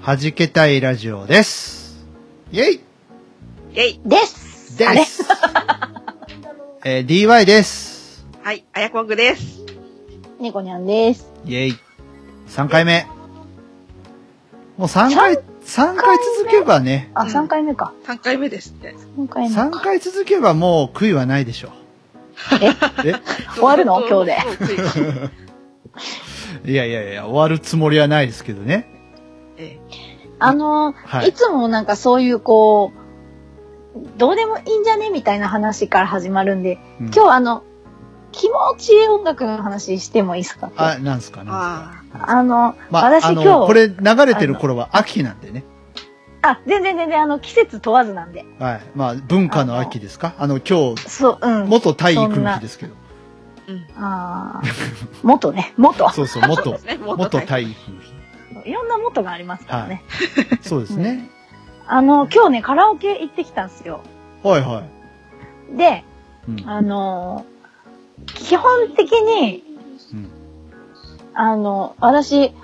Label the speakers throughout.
Speaker 1: はじけたいラジオです。イェイ
Speaker 2: イェイ
Speaker 3: です。
Speaker 1: です。 えー DY です。
Speaker 2: はい、あやこんぐです。
Speaker 3: ねこにゃんです。
Speaker 1: イェイ。3回目。もう3回、三回続けばね、
Speaker 3: あ、
Speaker 2: うん
Speaker 3: 3回目か。
Speaker 2: 3回目ですって。
Speaker 3: 3回目
Speaker 1: 3
Speaker 3: か。
Speaker 1: 回続けばもう悔いはないでしょ
Speaker 3: 終わるの今日で
Speaker 2: で。
Speaker 1: う。いやいやいや、終わるつもりはないですけどね。
Speaker 2: え
Speaker 3: あのー、
Speaker 1: はい
Speaker 3: い、つもなんかそういうこう、どうでもいいんじゃねみたいな話から始まるんで、
Speaker 1: うん
Speaker 3: 今日あの、気持ちいい音楽の話してもいいですか
Speaker 1: あ、なんすか
Speaker 2: え
Speaker 1: なんすか。
Speaker 2: あ
Speaker 3: あの、
Speaker 1: まあ、
Speaker 3: 私
Speaker 1: あ
Speaker 3: 今日
Speaker 1: の、これ流れてる頃は秋なんでね。
Speaker 3: あ、全然全然あの、季節問わずなんで。
Speaker 1: はい。まあ、文化の秋ですかあの、今日、
Speaker 3: そう、うん。
Speaker 1: 元体育の日ですけど。
Speaker 2: あ。うん。
Speaker 3: あー元ね、元。
Speaker 1: そうそう、 元、
Speaker 2: ね、もっと
Speaker 1: 元
Speaker 2: ね。
Speaker 1: 体育の日。
Speaker 3: いろんな元がありますからね。
Speaker 1: そうですね。
Speaker 3: あの、今日ね、カラオケ行ってきたんですよ。
Speaker 1: はいはい。
Speaker 3: で、
Speaker 1: うん
Speaker 3: あのー基本的に、
Speaker 1: うん
Speaker 3: あの、私、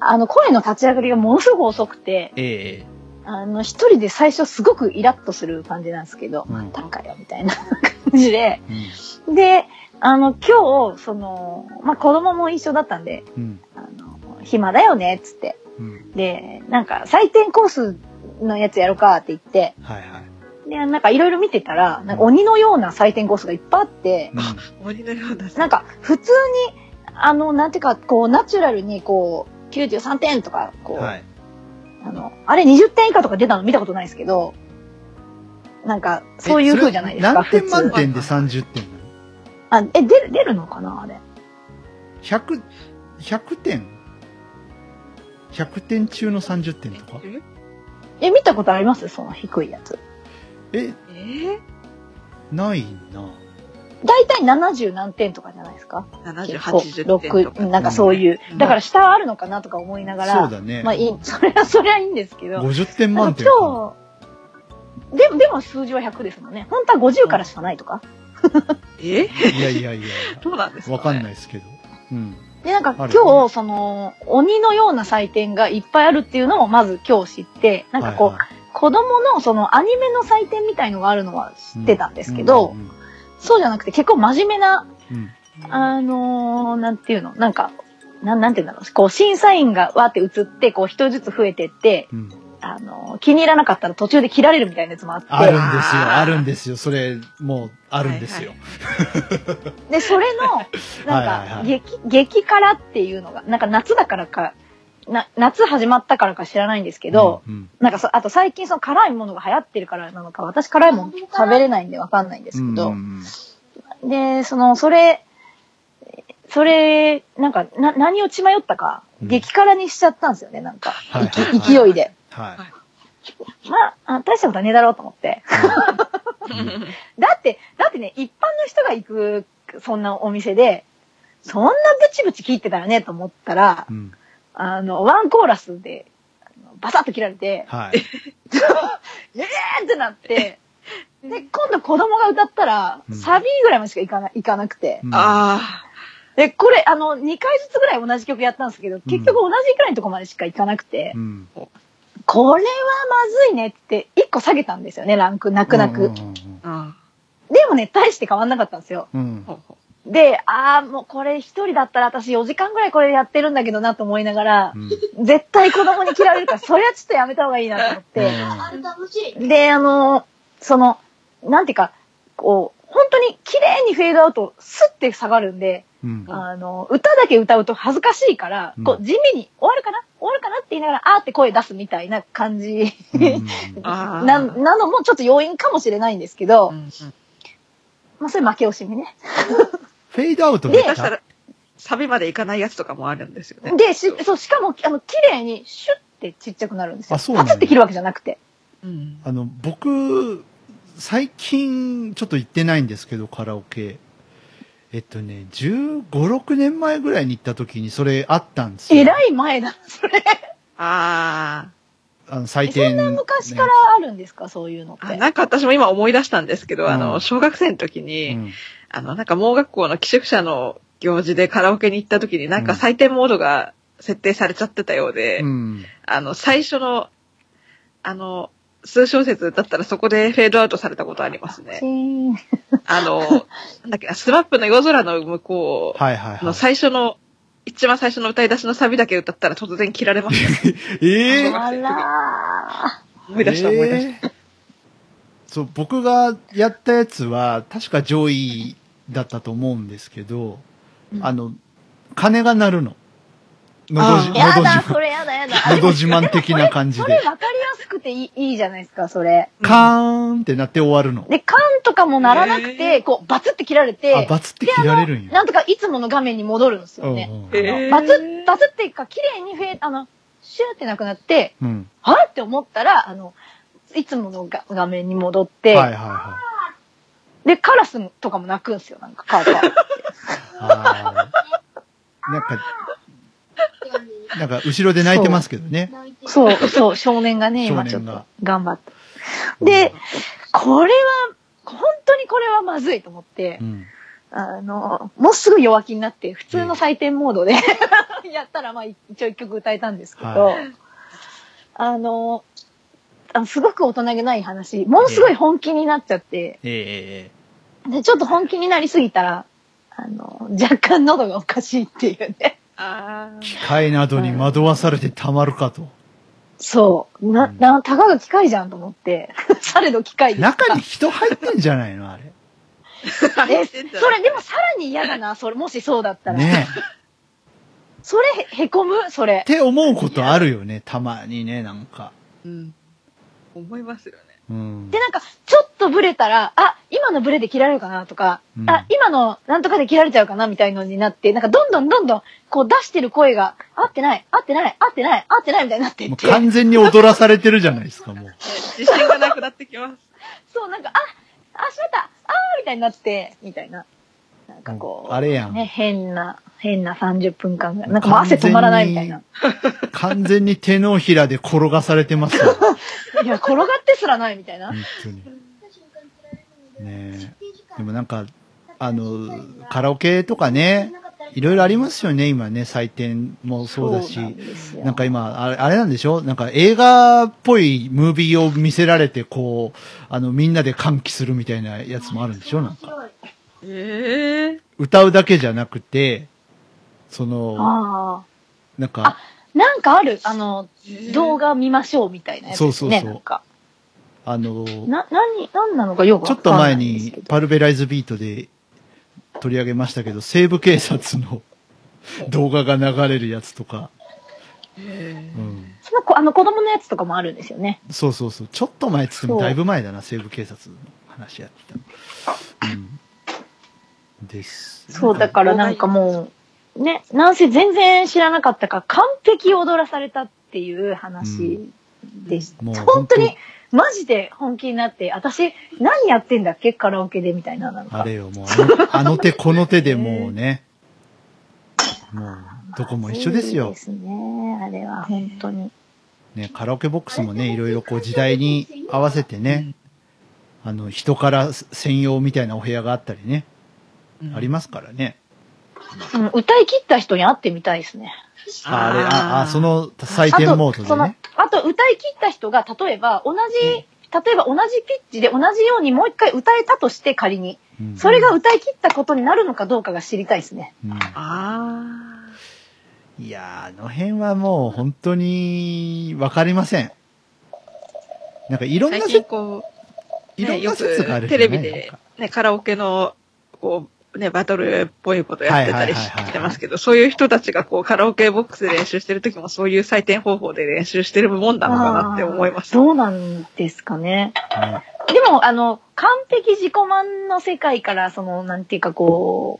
Speaker 3: あの、声の立ち上がりがものすごく遅くて、
Speaker 1: ええ
Speaker 3: あの、一人で最初すごくイラッとする感じなんですけど、
Speaker 1: うん
Speaker 3: またんかよ、みたいな 感じで。
Speaker 1: うん
Speaker 3: で、あの、今日、その、まあ、子供も一緒だったんで、
Speaker 1: うん
Speaker 3: あの、暇だよね、つって。
Speaker 1: うん
Speaker 3: で、なんか、採点コースのやつやろうか、って言って、
Speaker 1: はいはい。
Speaker 3: で、なんかいろいろ見てたら、なんか鬼のような採点コースがいっぱいあって、
Speaker 2: 森のような。
Speaker 3: なんか普通にあのなんていうかこうナチュラルにこう93点とか
Speaker 1: う
Speaker 3: こう、
Speaker 1: んはい。
Speaker 3: あのあれ20点以下とか出たの見たことないですけどなんかそういう風じゃないですか
Speaker 1: えそれ何点満
Speaker 3: 普通
Speaker 1: 点で30点なの
Speaker 3: あえ出る出るのかなあれ
Speaker 1: ?100、100点 ?100 点中の30点とか
Speaker 2: え
Speaker 3: え見たことありますその低いやつ
Speaker 1: え、
Speaker 2: えー、
Speaker 1: ないな。
Speaker 3: 大体70何点とかじゃないですか
Speaker 2: ?70、
Speaker 3: こ
Speaker 2: 80
Speaker 3: う
Speaker 2: 点とか。
Speaker 3: 六なんかそういう、
Speaker 2: うん
Speaker 3: だから下あるのかなとか思いながら
Speaker 1: そうだね
Speaker 3: ま。あいい それはそれはいいんですけど
Speaker 1: 50点
Speaker 3: な
Speaker 1: 満
Speaker 3: んか
Speaker 1: 点かな。
Speaker 3: 今日ででも数字は100ですもんね本当は50からしかないとか、
Speaker 2: えー
Speaker 1: いやいやいやい
Speaker 2: どうなんです
Speaker 1: や。
Speaker 2: か、
Speaker 1: わかんない
Speaker 2: い。
Speaker 1: ですけど。うん。
Speaker 3: で、なんか
Speaker 1: あ
Speaker 3: 今
Speaker 1: るよね
Speaker 3: 日、その、鬼のような祭典がいっぱいあるっていうのをまず今日知って、なんかこう、
Speaker 1: はいはい
Speaker 3: 子供のそのアニメの祭典みたいのがあるのは知ってたんですけど、
Speaker 1: うん
Speaker 3: そうじゃなくて結構真面目な、
Speaker 1: うん
Speaker 3: あのーなんていうの、なんか、なん、なんていうんだろう、こう審査員がわーって映って、こう人ずつ増えてって、
Speaker 1: うん。
Speaker 3: あのー気に入らなかったら途中で切られるみたいなやつもあって、
Speaker 1: あるんですよ、あるんですよ。それ、もう、あるんですよ。
Speaker 3: で、それの、
Speaker 1: はいはい
Speaker 3: な
Speaker 1: は
Speaker 3: んか、
Speaker 1: い
Speaker 3: 激、激辛っていうのが、なんか夏だからか、な、夏始まったからか知らないんですけど、
Speaker 1: うん、うん
Speaker 3: なんかそあと最近その辛いものが流行ってるからなのか、私辛いもの食べれないんでわかんないんですけ
Speaker 1: う
Speaker 3: ど、
Speaker 1: ん
Speaker 3: で、その、それ、それ、なんか、な、何を血迷ったか、
Speaker 1: うん
Speaker 3: 激辛にしちゃったんですよね、なんか、
Speaker 1: はい
Speaker 3: いき
Speaker 1: はいはい
Speaker 3: 勢いで。
Speaker 1: は
Speaker 3: まああ、大したことはねえだろうと思って。だって、だってね、一般の人が行く、そんなお店で、そんなブチブチ切ってたらね、と思ったら
Speaker 1: い。う、ん。
Speaker 3: あの、ワンコーラスで、あのバサッと切られて、
Speaker 1: はい。
Speaker 3: えーってなって、で、今度子供が歌ったら
Speaker 1: う、ん
Speaker 3: サビぐらいまでしかいかな行かなくて。
Speaker 1: うん
Speaker 2: あ
Speaker 3: で、これ、あの、2回ずつぐらい同じ曲やったんですけど、結局同じぐらいのとこまでしかいかなくて、
Speaker 1: うん
Speaker 3: これはまずいねって、1個下げたんですよね、ランク、泣く泣く。
Speaker 1: うんうん
Speaker 2: ーあ
Speaker 3: でもね、大して変わんなかったんですよ。
Speaker 1: うんうん
Speaker 2: ー。ほうほ
Speaker 3: で、あーもうこれ一人だったら私4時間ぐらいこれやってるんだけどなと思いながら
Speaker 1: う、ん
Speaker 3: 絶対子供に嫌われるから、それはちょっとやめた方がいいなと思って、で、あの、その、なんていうか、こう、本当に綺麗にフェードアウト、スッて下がるんで、
Speaker 1: うん
Speaker 2: うん
Speaker 3: あの、歌だけ歌うと恥ずかしいから、こ
Speaker 1: う
Speaker 3: う、地味に、終わるかな終わるかなって言いながら、あーって声出すみたいな感じ、
Speaker 2: うあー。
Speaker 3: な、なのもちょっと要因かもしれないんですけど
Speaker 2: う、んうん
Speaker 3: まあ、それ負け惜しみね。
Speaker 1: フェイドアウトで
Speaker 2: 下
Speaker 1: き
Speaker 2: 手した
Speaker 1: た。
Speaker 2: ら、サビまでいかないやつとかもあるんですよね。
Speaker 3: で、し、そう、しかも、あの、綺麗にシュッてちっちゃくなるんですよ。
Speaker 1: あそうなんだ
Speaker 3: パツって切るわけじゃなくて。
Speaker 2: うん。
Speaker 1: あの、僕、最近、ちょっと行ってないんですけど、カラオケ。えっとね、15、6年前ぐらいに行った時にそれあったんですよ。
Speaker 3: えらい前だ。それ。
Speaker 2: あ
Speaker 1: あの、採
Speaker 3: そ
Speaker 1: 点、
Speaker 3: ん
Speaker 1: ね。
Speaker 3: な昔からあるんですか、そういうのっ
Speaker 2: ーあ。
Speaker 3: て。
Speaker 2: なんか私も今思い出したんですけど、あ
Speaker 1: う
Speaker 2: の、
Speaker 1: ん
Speaker 2: 小学生の時に、
Speaker 1: うん
Speaker 2: あの、なんか盲学校の寄宿舎の行事でカラオケに行った時になんか採点モードが設定されちゃってたようで、
Speaker 1: うん。
Speaker 2: あの、最初の、あの、数小節だったらそこでフェードアウトされたことありますね
Speaker 3: チ。ーン
Speaker 2: あの、なんだっけ、スマップの夜空の向こ
Speaker 1: はいはいう
Speaker 2: の
Speaker 1: はい。
Speaker 2: 最初の、一番最初の歌い出しのサビだけ歌ったら突然切られました。
Speaker 1: ええ
Speaker 2: ー
Speaker 3: あら
Speaker 2: 思い出した思い出した。
Speaker 1: た。そう、僕がやったやつは、確か上位だったと思うんですけど、
Speaker 2: うん
Speaker 1: あの、鐘が鳴るの。のどじ、
Speaker 2: あ
Speaker 1: の
Speaker 2: ー
Speaker 3: ー。やだ、
Speaker 1: ど
Speaker 3: それやだやだ。
Speaker 1: 自慢、のど自慢的な感じ
Speaker 3: それ
Speaker 1: で
Speaker 3: 分、かりやすくていいいいじゃないですか、それ。
Speaker 1: カーンって鳴って終わるの。
Speaker 3: で、缶とかもならなく
Speaker 2: へ
Speaker 3: て、こう、バツって切られ
Speaker 1: あ、
Speaker 3: て、
Speaker 1: バツって切られるんや。
Speaker 3: なんとかいつもの画面に戻るんですよね。
Speaker 1: うんうん
Speaker 2: えー
Speaker 3: バツッ、バツッっていうか、綺麗にフェーあの、シューってなくなって、
Speaker 1: うん。
Speaker 3: あれって思ったら、あの、いつものが画面に戻って、
Speaker 1: はいはいはい。
Speaker 3: で、カラスとかも鳴くんですよ、なんか、カーカー。
Speaker 1: あーなんか、なんか後ろで泣いてますけどね。
Speaker 3: そう、そう、少年がね、
Speaker 1: 少
Speaker 3: 今ちょ
Speaker 1: 年
Speaker 3: っと
Speaker 1: が、
Speaker 3: 頑張って。で、これは、本当にこれはまずいと思って
Speaker 1: う、ん。
Speaker 3: あの、もうすぐ弱気になって、普通の採点モードで、 やったら、まあ、一応一曲歌えたんですけど、
Speaker 1: は
Speaker 3: あの、あすごく大人げない話、ものすごい本気になっちゃって、
Speaker 1: ええ
Speaker 3: で、ちょっと本気になりすぎたら、あの、若干喉がおかしいっていうね。
Speaker 2: あー
Speaker 1: 機械などに惑わされてたまるかと。
Speaker 3: そう。な、な、たかが機械じゃんと思って。 されど機械です
Speaker 1: 中に人入ってんじゃないのあれ。
Speaker 3: え、それでもさらに嫌だな、それ、もしそうだったら。
Speaker 1: ねえ。
Speaker 3: それへ、へこむそれ
Speaker 1: っ。て思うことあるよね、たまにね、なんか。
Speaker 2: うん。思いますよね。
Speaker 1: うん
Speaker 3: で、。なんか、ちょっとブレたら、あ、今のブレで切られるかなとか、
Speaker 1: うん
Speaker 3: あ、今のなんとかで切られちゃうかなみたいのになって、なんか、どんどんどんどん、こう出してる声が、合ってない、合ってない、合ってない、合ってないみたいになってい
Speaker 1: もう
Speaker 3: って。
Speaker 1: 完全に踊らされてるじゃないですか、もう。
Speaker 2: 自信がなくなってきます。
Speaker 3: そう、なんか、あ、あ、しまった、あーみたいになって、みたいな。なんかこ
Speaker 1: も
Speaker 3: う、
Speaker 1: うあれやん
Speaker 3: ね、変な、変な30分間が、なんかもう汗止まらないみたいな。
Speaker 1: 完全に手のひらで転がされてますよ。
Speaker 3: いや、転がってすらないみたいな
Speaker 1: 本。当に。ねえ。でもなんか、あの、カラオケとかね、いろいろありますよね、今ね、採点も そうだし
Speaker 3: な。んですよ
Speaker 1: なんか今、あれ、あれなんでしょなんか映画っぽいムービーを見せられて、こう、あの、みんなで歓喜するみたいなやつもあるんでしょなんか。
Speaker 2: ええ
Speaker 1: 歌うだけじゃなくて、その、
Speaker 3: あ
Speaker 1: なんか、
Speaker 3: あ。なんかある、あの、
Speaker 2: ー。
Speaker 3: 動画見ましょうみたいなやつ、ね。
Speaker 1: そうそうそう
Speaker 3: なんか。
Speaker 1: あの、
Speaker 3: な、何、何なのかよく
Speaker 1: ちょ
Speaker 3: わ
Speaker 1: っ
Speaker 3: か
Speaker 1: と
Speaker 3: んな
Speaker 1: 前
Speaker 3: いんです
Speaker 1: に
Speaker 3: けど。
Speaker 1: パルベライズビートで取り上げましたけど、西部警察の 動画が流れるやつとか、
Speaker 2: え
Speaker 1: うん、
Speaker 3: その子、あの子供のやつとかもあるんですよね。
Speaker 1: そうそうそう、ちょっと前っつっても
Speaker 3: そう
Speaker 1: だいぶ前だな、西部警察の話やったの。うん、です。
Speaker 3: そう、
Speaker 1: な
Speaker 3: だ
Speaker 1: んか
Speaker 3: からなんかもう、ね、なんせ全然知らなかったから、完璧踊らされたっていう話でした。
Speaker 1: もう
Speaker 3: 本当に、マジで本気になって、私、何やってんだっけカラオケでみたいな。なん
Speaker 1: あ
Speaker 3: か
Speaker 1: れよ、もうあの、あの手この手でもうね、もう、どこも一緒です
Speaker 3: そう
Speaker 1: よ
Speaker 3: で。すね。あれは本当に。
Speaker 1: ね、カラオケボックスもね、いろいろこう時代に合わせてね、あの、人から専用みたいなお部屋があったりね、あり
Speaker 2: ま
Speaker 1: ますからね。
Speaker 3: うん、歌い切った人に会ってみたいですね。
Speaker 2: す
Speaker 1: ああれ、あ、あ、そ、の採
Speaker 3: あ
Speaker 1: 点モー
Speaker 3: と、そ
Speaker 1: ドで
Speaker 3: の
Speaker 1: ね。、
Speaker 3: あと歌い切った人が、例えば同じ、例えば同じピッチで同じようにもう一回歌えたとして仮に、
Speaker 1: うん
Speaker 3: それが歌い切ったことになるのかどうかが知りたいですね。
Speaker 1: う
Speaker 2: ああ。
Speaker 1: んいやー、あの辺はもう本当にわかりません。なんかいろんな
Speaker 2: 最
Speaker 1: 説
Speaker 2: 近、こう、
Speaker 1: いろ
Speaker 2: ね、
Speaker 1: ん
Speaker 2: よ
Speaker 1: な説があ
Speaker 2: く
Speaker 1: るじ
Speaker 2: テ
Speaker 1: ゃない
Speaker 2: レビで、ね、カラオケの、こう、ね、バトルっぽいことやってた
Speaker 1: はいはい
Speaker 2: り
Speaker 1: はいはい
Speaker 2: してますけど、そういう人たちがこう、カラオケボックスで練習してる時もそういう採点方法で練習してるもんなのかなって思います。
Speaker 3: どうなんですかね。
Speaker 1: なんかね
Speaker 3: でも、あの、完璧自己満の世界から、その、なんていうかこ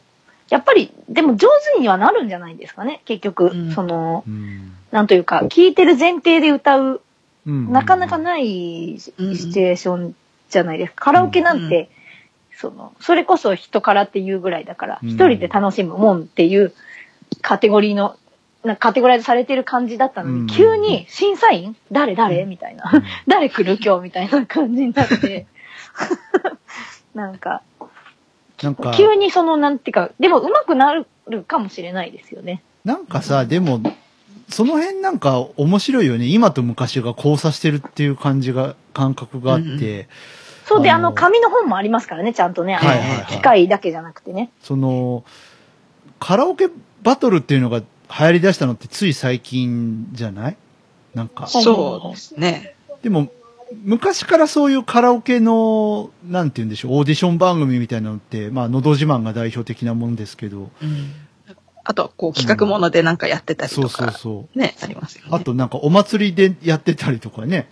Speaker 3: う、やでも上手にはなるんじゃないですかね、結局。
Speaker 2: うん
Speaker 3: その、
Speaker 1: うん
Speaker 3: なんというか、聴いてる前提で歌う、
Speaker 1: うん
Speaker 3: なかなかないシ
Speaker 2: うん
Speaker 3: シチュエーションじゃないですか。カラオケなんて、その、それこそ人からっていうぐらいだから、
Speaker 1: うん
Speaker 3: 一人で楽しむもんっていうカテゴリーの、なカテゴライズされてる感じだったのに、
Speaker 1: うん
Speaker 3: 急に審査員誰誰みたいな。
Speaker 1: うん
Speaker 3: 誰来る今日みたいな感じになって。 なんか、
Speaker 1: なんか、
Speaker 3: 急にその、なんていうか、でも上手くなるかもしれないですよね。
Speaker 1: なんかさ、でも、その辺なんか面白いよね。今と昔が交差してるっていう感じが、感覚があって、
Speaker 3: そうで、
Speaker 1: あ
Speaker 3: あ
Speaker 1: の
Speaker 3: の、紙の本もありますからね、ちゃんとね。あの
Speaker 1: はいはいはい
Speaker 3: 機械だけじゃなくてね。
Speaker 1: その、カラオケバトルっていうのが流行り出したのってつい最近じゃないなんか。
Speaker 2: そうですね。
Speaker 1: でも、昔からそういうカラオケの、なんて言うんでしょう、オーディション番組みたいなのって、まあ、のど自慢が代表的なもんですけど、
Speaker 2: あとは、こう、企画ものでなんかやってたり
Speaker 1: そ
Speaker 2: と
Speaker 1: うそう
Speaker 2: か、
Speaker 1: そう。
Speaker 2: ね、ありますよね。
Speaker 1: あ、となんかお祭りでやってたりとかね、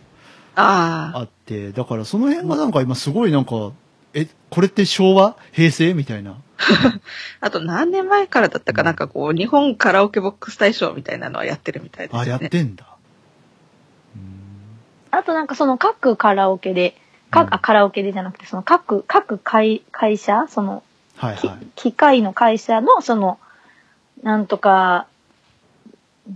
Speaker 2: ああ、
Speaker 1: あって、だからその辺がなんか今すごいなんか、え、これって昭和平成みたいな。
Speaker 2: あと何年前からだった
Speaker 1: う
Speaker 2: か
Speaker 1: ん
Speaker 2: なんかこう、日本カラオケボックス大賞みたいなのはやってるみたいですよ
Speaker 1: あ、
Speaker 2: ね。
Speaker 1: やってんだ。
Speaker 3: あとなんかその各カラオケで、各、あ、カラオケでじゃなくて、その各、各会、会社、その、
Speaker 1: はい
Speaker 3: き
Speaker 1: はい。
Speaker 3: 機械の会社の、その、なんとか、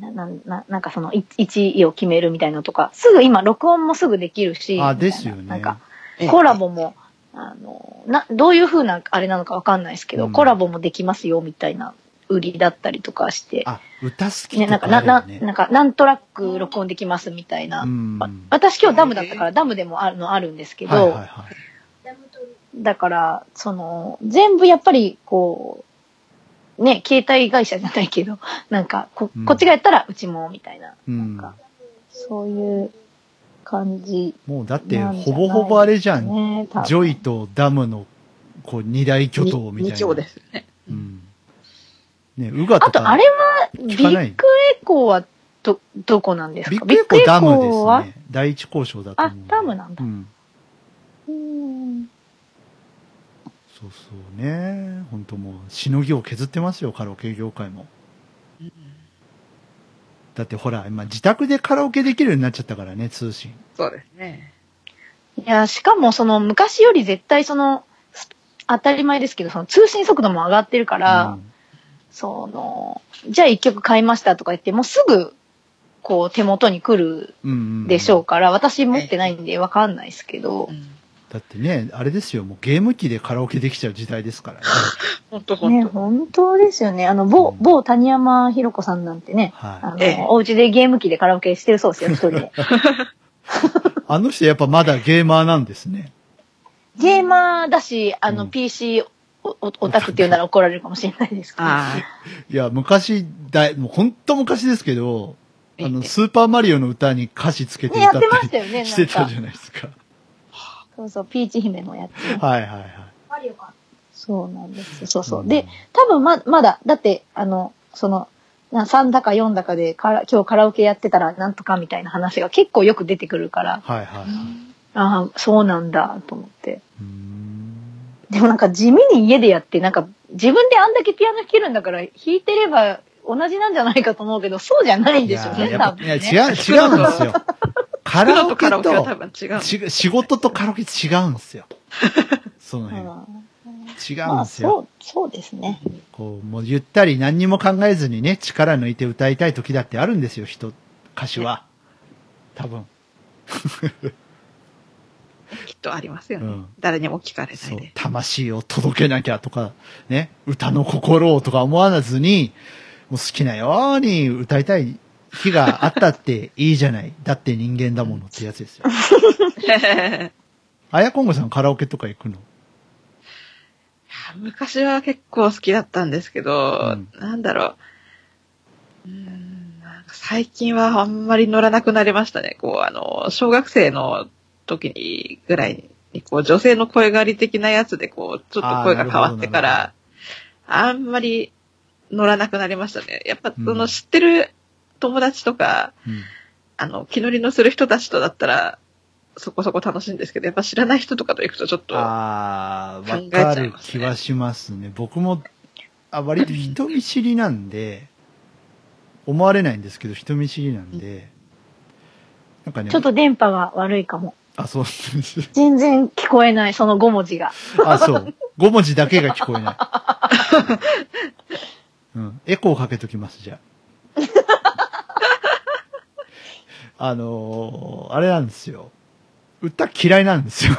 Speaker 3: な、なん、ななんかその、い1位を決めるみたいなのとか、すぐ今、録音もすぐできるし、
Speaker 1: あ、
Speaker 3: みた
Speaker 1: で
Speaker 3: いな
Speaker 1: すよね。
Speaker 3: なんか、
Speaker 2: ええ
Speaker 3: コラボも、あの、な、どういう風なあれなのかわかんないですけど、
Speaker 1: うん
Speaker 3: コラボもできますよ、みたいな売りだったりとかして、
Speaker 1: あ、歌好き
Speaker 3: ね、
Speaker 1: と
Speaker 3: なん
Speaker 1: か
Speaker 3: か、な、
Speaker 1: あ
Speaker 3: な、
Speaker 1: るよ
Speaker 3: な
Speaker 1: ね。
Speaker 3: んか、何トラック録音できます、みたいな。
Speaker 1: うん。は
Speaker 3: わ私今日ダムだったから、ダムでもあるのあるんですけ
Speaker 1: い
Speaker 3: ど、
Speaker 1: はいはい。
Speaker 3: だから、その、全部やっぱり、こう、ね、携帯会社じゃないけど、 なんかこ、
Speaker 1: うん
Speaker 3: こっちがやったらうちも、みたいな、
Speaker 1: うん。
Speaker 3: なんかそういう感じ
Speaker 1: もうだって、
Speaker 3: なんじ
Speaker 1: ほ
Speaker 3: ゃない
Speaker 1: ぼほぼあれじゃん。
Speaker 3: ね、多分
Speaker 1: ジョイとダムの、こう、二大巨頭みたいな。
Speaker 2: 二強ですよね。
Speaker 1: うん。ね、ウガと
Speaker 3: あ
Speaker 1: か。
Speaker 3: と、あれは、ビ
Speaker 1: 聞かない
Speaker 3: ッグエコーはど、どこなんですか
Speaker 1: ビッグエコーダムです
Speaker 3: は
Speaker 1: ね。第一交渉だと思
Speaker 3: あ
Speaker 1: う。、
Speaker 3: ダムなん
Speaker 1: う
Speaker 3: だ。
Speaker 1: ん。
Speaker 3: うん
Speaker 1: そうそうね。本当もう、しのぎを削ってますよ、カラオケ業界も。
Speaker 2: うん
Speaker 1: だってほら、今自宅でカラオケできるようになっちゃったからね、通信。
Speaker 2: そうですね。
Speaker 3: いや、しかも、その、昔より絶対、その、す当たり前ですけど、その通信速度も上がってるから、
Speaker 1: うん
Speaker 3: その、じゃあ一曲買いましたとか言って、もうすぐ、こう手元に来る
Speaker 1: うんうん
Speaker 3: でしょうから、私持ってないんでわかんないですけど、
Speaker 2: うん
Speaker 1: だってね、あれですよ、もうゲーム機でカラオケできちゃう時代です からね。
Speaker 2: 本当
Speaker 3: ね、
Speaker 2: 本当。
Speaker 3: 本当ですよね。あの、某
Speaker 1: うん、
Speaker 3: 某谷山ひろ子さんなんてね、あ
Speaker 1: は
Speaker 3: の、
Speaker 2: ええ
Speaker 3: お家でゲーム機でカラオケしてるそうですよ、一人 で。
Speaker 1: い。あの人やっぱまだゲーマーなんですね。
Speaker 3: ゲーマーだし、あの、
Speaker 1: うん
Speaker 3: PC おおオタクって言うなら怒られるかもしれないですけど。
Speaker 2: あ
Speaker 1: いや、昔、だい、もう本当昔ですけど、
Speaker 2: ええ
Speaker 1: あの、スーパーマリオの歌に歌詞つけて
Speaker 3: ね、や
Speaker 1: 歌
Speaker 3: っ
Speaker 1: って
Speaker 3: ま
Speaker 1: た
Speaker 3: し
Speaker 1: り
Speaker 3: たよね、な
Speaker 1: して
Speaker 3: ん
Speaker 1: た
Speaker 3: か
Speaker 1: じ。ゃないですか。
Speaker 3: そうそう、ピーチ姫のやつ。
Speaker 1: はいはいはい。
Speaker 3: そうなんですよ。そうそうう。
Speaker 1: ん
Speaker 3: で、多分ま、まだ、だって、あの、その、な3だか4だかでから、今日カラオケやってたらなんとかみたいな話が結構よく出てくるから、
Speaker 1: はいはいはい。
Speaker 3: ああ、そうなんだ、と思って。
Speaker 1: うーん
Speaker 3: でもなんか地味に家でやって、なんか自分であんだけピアノ弾けるんだから、弾いてれば同じなんじゃないかと思うけど、そうじゃないんですよ
Speaker 1: いや
Speaker 3: ね、
Speaker 1: や
Speaker 3: 多
Speaker 1: っぱ
Speaker 3: 分
Speaker 1: いや
Speaker 3: ね。
Speaker 1: 違う、違うんです よ。カ
Speaker 2: プ
Speaker 1: ラ
Speaker 2: ロ
Speaker 1: オ
Speaker 2: と
Speaker 1: ケ
Speaker 2: カラオケは多
Speaker 1: と、
Speaker 2: 分違う。
Speaker 1: ち仕事とカラオケ違うんです よ。その辺。
Speaker 3: うん
Speaker 1: 違うん
Speaker 3: まあ、
Speaker 1: ですよ。
Speaker 3: そう、そうですね。
Speaker 1: こう、もうゆったり何にも考えずにね、力抜いて歌いたい時だってあるんですよ、人、歌手は。多分。
Speaker 2: きっとありますよね。
Speaker 1: うん
Speaker 2: 誰にも聞かれな
Speaker 1: そ
Speaker 2: いうで。。
Speaker 1: 魂を届けなきゃとか、ね、歌の心をとか思わずに、もう好きなように歌いたい日があったっていいじゃ ない。だって人間だものってやつですよ。あやこんごさんカラオケとか行くの
Speaker 2: 昔は結構好きだったんですけど、
Speaker 1: うん
Speaker 2: なんだろう。うーんなんか最近はあんまり乗らなくなりましたね。こう、あの、小学生の時にぐらいに、こう、女性の声変わり的なやつで、こう、ちょっと声が変わってか
Speaker 1: あ
Speaker 2: ら、あんまり乗らなくなりましたね。やっぱ、そ
Speaker 1: うん
Speaker 2: の、知ってる友達とか、
Speaker 1: うん。
Speaker 2: あの、気乗りのする人たちとだったら、そこそこ楽しいんですけど、やっぱ知らない人とかと行くとちょっと、
Speaker 1: ああ、わ
Speaker 2: 考え
Speaker 1: か
Speaker 2: ちゃい
Speaker 1: る
Speaker 2: ます
Speaker 1: 気
Speaker 2: ね
Speaker 1: はしますね。僕もあ割と人見知りなんで、思われないんですけど、人見知りなんで、なんかね、
Speaker 3: ちょっと電波が悪いかも。
Speaker 1: あ、そうです。
Speaker 3: 全然聞こえない、その5文字が。
Speaker 1: あ、そう。5文字だけが聞こえない。うん。エコーかけときます、じゃあ。あのーあれなんですよ。歌嫌いなんですよ。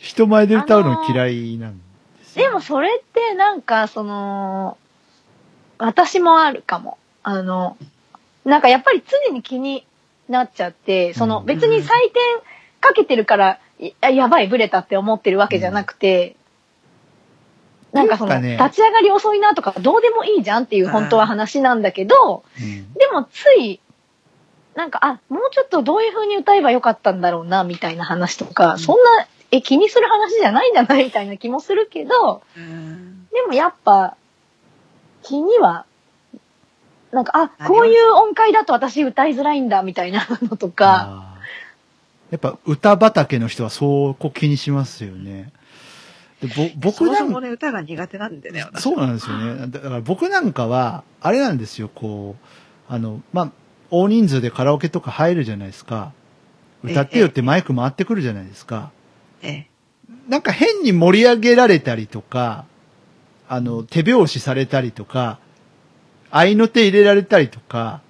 Speaker 1: 人前で歌うの嫌いなんですよ
Speaker 3: でもそれってなんか、その、私もあるかも。あの、なんかやっぱり常に気になっちゃって、その
Speaker 1: うん
Speaker 3: 別に採点かけてるから、いややばい、ブレたって思ってるわけじゃなくて、なんかそ
Speaker 1: な
Speaker 3: の、
Speaker 1: んかね
Speaker 3: 立ち上がり遅いなとかどうでもいいじゃんっていう本当は話なんだけど、
Speaker 1: うん
Speaker 3: でもつい、なんか、あ、もうちょっとどういう風に歌えばよかったんだろうな、みたいな話とか、そんな、え、気にする話じゃないんだな、みたいな気もするけど、
Speaker 2: うん
Speaker 3: でもやっぱ、気には、なんか、あ、
Speaker 2: あります
Speaker 3: こういう音階だと私歌いづらいんだ、みたいなのとか、
Speaker 1: あーやっぱ歌畑の人はそうこう気にしますよね。でぼ僕
Speaker 2: そも
Speaker 1: な
Speaker 2: そ
Speaker 1: ん
Speaker 2: もね、歌が苦手なんでね、私
Speaker 1: そうなんですよね。だから僕なんかは、あれなんですよ、こう、あの、まあ、大人数でカラオケとか入るじゃないですか。歌ってよってマイク回ってくるじゃないですか。
Speaker 2: え
Speaker 1: なんか変に盛り上げられたりとか、あの、手拍子されたりとか、合いの手入れられたりとか、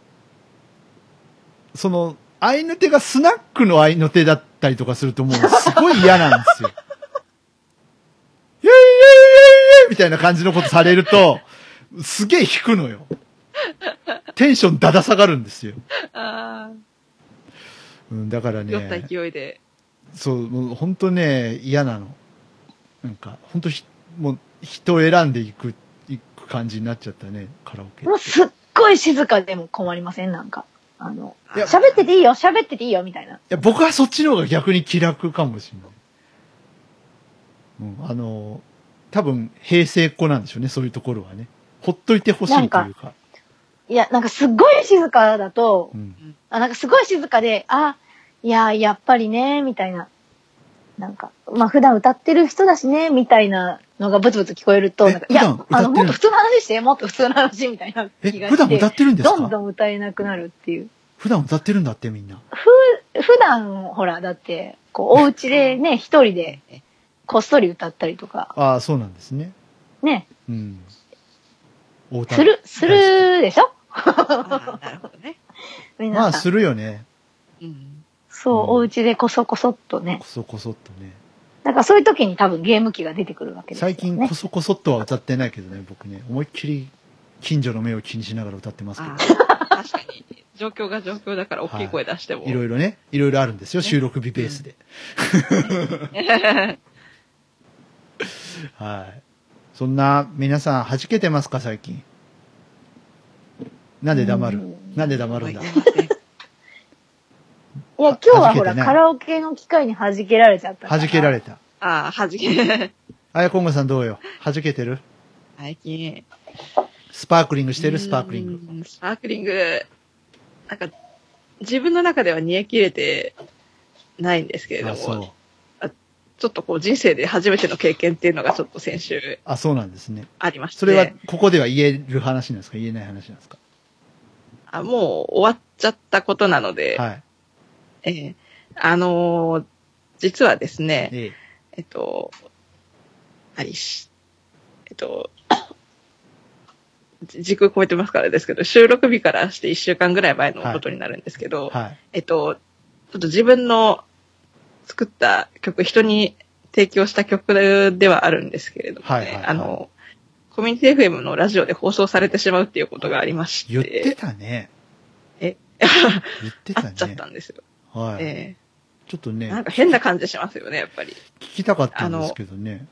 Speaker 1: その、合いの手がスナックの合いの手だったりとかするともうすごい嫌なんですよ。イェイイェイイェイイェイみたいな感じのことされると、すげえ引くのよ。テンションだだ下がるんですよ。
Speaker 2: え。ああ、
Speaker 1: うん、だからね。
Speaker 2: 酔った勢いで。
Speaker 1: そう、もう本当ね、嫌なの。なんか、本当ひ、もう、人選んでいく、いく感じになっちゃったね、カラオケ。
Speaker 3: もうすっごい静かでも困りません、なんか。あの、
Speaker 1: いや
Speaker 3: 喋ってていいよ、喋ってていいよ、みたいな。
Speaker 1: いや、僕はそっちの方が逆に気楽かもしれない。うん、あの、多分、平成っ子なんでしょうね、そういうところはね。ほっといてほしいという
Speaker 3: な
Speaker 1: か。
Speaker 3: んいや、なんかすっごい静かだと
Speaker 1: う、ん。
Speaker 3: あ、なんかすごい静かで、あ、いや、やっぱりね、みたいな。なんか、まあ普段歌ってる人だしね、みたいなのがブツブツ聞こえると、
Speaker 1: え
Speaker 3: なんかいや、
Speaker 1: 普段歌ってる
Speaker 3: あの、もっと普通の話して、もっと普通の話みたいな
Speaker 1: え、
Speaker 3: 気がして。
Speaker 1: 普段歌ってるんですか
Speaker 3: どんどん歌えなくなるっていう。
Speaker 1: 普段歌ってるんだって、みんな。
Speaker 3: ふ、普段、ほら、だって、こう、お家でね、一人で、こっそり歌ったりとか、
Speaker 1: ああ、そうなんですね。
Speaker 3: ね、
Speaker 1: うん。お歌
Speaker 3: する、す。るでしょ
Speaker 2: ああ、なるほどね。
Speaker 3: 皆さん。
Speaker 1: まあ、するよね。
Speaker 2: うん。
Speaker 3: そうう、
Speaker 1: ん
Speaker 3: お家でこそこそっとね
Speaker 1: こ。そこそっとね。
Speaker 3: だからそういう時に多分ゲーム機が出てくるわけですよね。
Speaker 1: 最近こそこそっとは歌ってないけどね、僕ね。思いっきり近所の目を気にしながら歌ってますけ
Speaker 2: あ
Speaker 1: ど。
Speaker 2: あ、確かに。状況が状況だから大きい声出しても。
Speaker 1: いろいろね、いろいろあるんですよ、収録日ベースで。はい。そんな、皆さん、弾けてますか、最近。なんで黙る
Speaker 3: うん
Speaker 1: なんで黙るんだ
Speaker 2: はいすいません
Speaker 3: いや、今日はほ
Speaker 1: 弾けて
Speaker 3: ら、
Speaker 1: ない
Speaker 3: カラオケの機会に弾けられちゃったから。
Speaker 1: 弾けられた。
Speaker 2: ああ、はじけ。
Speaker 1: あやこんごさんどうよ弾けてる
Speaker 2: 最近。
Speaker 1: スパークリングしてるスパークリング。
Speaker 2: グ。スパークリング。なんか、自分の中では煮え切れてないんですけれど
Speaker 1: あ、そう
Speaker 2: も、。ちょっとこう人生で初めての経験っていうのがちょっと先週
Speaker 1: あ、そうなんですね。
Speaker 2: ありまして。
Speaker 1: それは、ここでは言える話なんですか言えない話なんですか
Speaker 2: あもう終わっちゃったことなので、
Speaker 1: はい。
Speaker 2: ええあのー実はですね、
Speaker 1: ええ。
Speaker 2: えっと、ありし、えっと、じ時空超えてますからですけど、収録日からして1週間ぐらい前のことになるんですけど、
Speaker 1: はい。
Speaker 2: えっと、ちょっと自分の作った曲、人に提供した曲ではあるんですけれども、ね
Speaker 1: はいはいはい
Speaker 2: あの、コミュニティ FM のラジオで放送されてしまうっていうことがありまし
Speaker 1: 言って
Speaker 2: て、
Speaker 1: たね。
Speaker 2: え
Speaker 1: 言って
Speaker 2: あ
Speaker 1: た
Speaker 2: っちゃっ
Speaker 1: ね。
Speaker 2: たんですよ。
Speaker 1: はい。
Speaker 2: え
Speaker 1: ちょっと
Speaker 2: え
Speaker 1: ね、
Speaker 2: なんか変な感じしますよね、やっぱり。
Speaker 1: 聞きたかったんですけどね。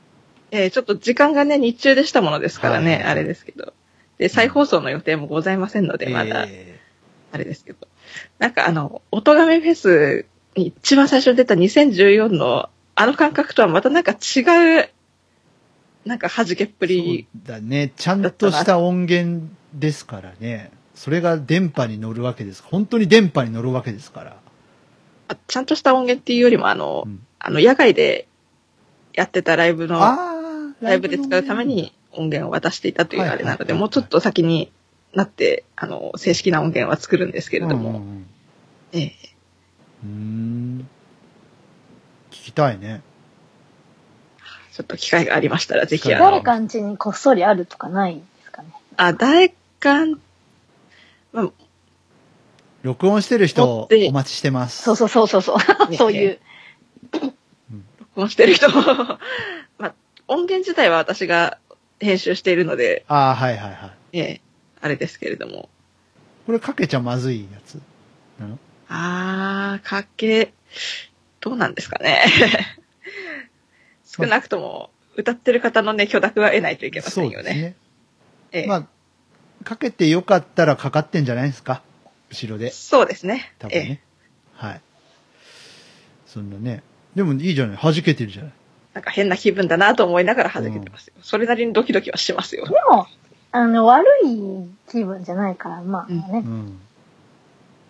Speaker 2: えーちょっと時間がね、日中でしたものですから
Speaker 1: は
Speaker 2: ね、
Speaker 1: いはい
Speaker 2: あれですけど。で、再放送の予定もございませんので、まだ、
Speaker 1: え
Speaker 2: あれですけど。なんかあの、音亀フェスに一番最初に出た2014のあの感覚とはまたなんか違う、なんか弾けっぷ
Speaker 1: ー
Speaker 2: り、
Speaker 1: そうだね。ちゃんとした音源ですからね。それが電波に乗るわけです。本当に電波に乗るわけですから。
Speaker 2: あちゃんとした音源っていうよりもあの、
Speaker 1: うん
Speaker 2: あの、野外でやってたライブの
Speaker 1: ああ、
Speaker 2: ライブで使うために音源を渡していたというあれなの
Speaker 1: はいはいはい
Speaker 2: で、
Speaker 1: はい
Speaker 2: もうちょっと先になって、あの、正式な音源は作るんですけれ
Speaker 1: うん
Speaker 2: ど
Speaker 1: う
Speaker 2: も、
Speaker 1: ん
Speaker 2: ええ
Speaker 1: うん。うーん聞きたいね。
Speaker 2: ちょっと機会がありましたら、ぜひ、あ
Speaker 3: 誰
Speaker 2: の、
Speaker 3: かんちにこっそりあるとかないですかね。
Speaker 2: あ、誰かん、まあ、
Speaker 1: 録音してる人
Speaker 2: 持っ
Speaker 1: を
Speaker 2: て
Speaker 1: お待ちしてます。
Speaker 3: そうそうそうそうそう。
Speaker 2: ね
Speaker 3: そういう。
Speaker 2: 録音してる人 も、まあ、音源自体は私が編集しているので、
Speaker 1: ああ、はいはいはい。
Speaker 2: ええあれですけれども。
Speaker 1: これかけちゃまずいやつ。なの
Speaker 2: あー、かけ、どうなんですかね。少なくとも、歌ってる方のね、許諾は得ないといけませんよ
Speaker 1: です
Speaker 2: ね。ええ
Speaker 1: まあ、かけてよかったらかかってんじゃないですか。後ろで。
Speaker 2: そうですね。
Speaker 1: 多分
Speaker 2: ええ
Speaker 1: ね。はい。そんなね。でもいいじゃない。弾けてるじゃない。
Speaker 2: なんか変な気分だなと思いながら弾けてますよ。それなりにドキドキはしますよ。
Speaker 3: でも、あの、悪い気分じゃないから、まあね。
Speaker 1: うん。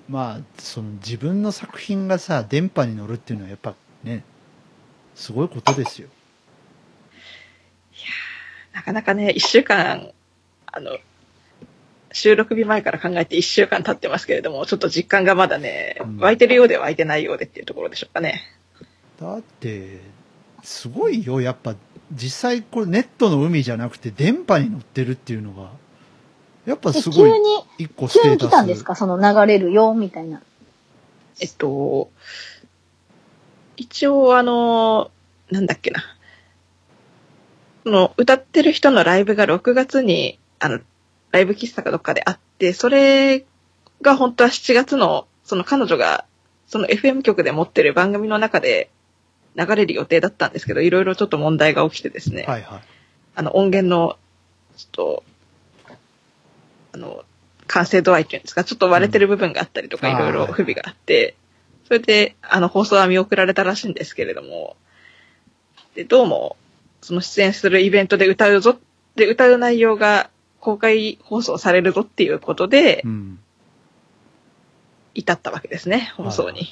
Speaker 1: まあ、その自分の作品がさ、電波に乗るっていうのはやっぱね、すごいことですよ。
Speaker 2: なかなかね、一週間、あの、収録日前から考えて一週間経ってますけれども、ちょっと実感がまだね
Speaker 1: うん、
Speaker 2: 湧いてるようで湧いてないようでっていうところでしょうかね。
Speaker 1: だって、すごいよ。やっぱ、実際これネットの海じゃなくて電波に乗ってるっていうのが、やっぱ
Speaker 3: え
Speaker 1: すご
Speaker 3: 急
Speaker 1: い
Speaker 3: に、
Speaker 1: 一個ス
Speaker 3: 急
Speaker 1: テー
Speaker 3: に
Speaker 1: タ
Speaker 3: 来
Speaker 1: ス。
Speaker 3: たんですかその流れるよ、みたいな。
Speaker 2: えっと、一応あの、なんだっけな。この歌ってる人のライブが6月に、あの、ライブ喫茶かどっかであって、それが本当は7月の、その彼女が、その FM 局で持ってる番組の中で流れる予定だったんですけど、いろいろちょっと問題が起きてですね、
Speaker 1: はいはい。
Speaker 2: あの音源の、ちょっと、あの、完成度合いっていうんですか、ちょっと割れてる部分があったりとか、
Speaker 1: うん
Speaker 2: いろい
Speaker 1: あ
Speaker 2: ろ
Speaker 1: ー
Speaker 2: 不備があって、それで、あの、放送は見送られたらしいんですけれども、で、どうも、その出演するイベントで歌うぞ、で、歌う内容が公開放送されるぞっていうことで
Speaker 1: う、ん。
Speaker 2: 至ったわけですね、放送に。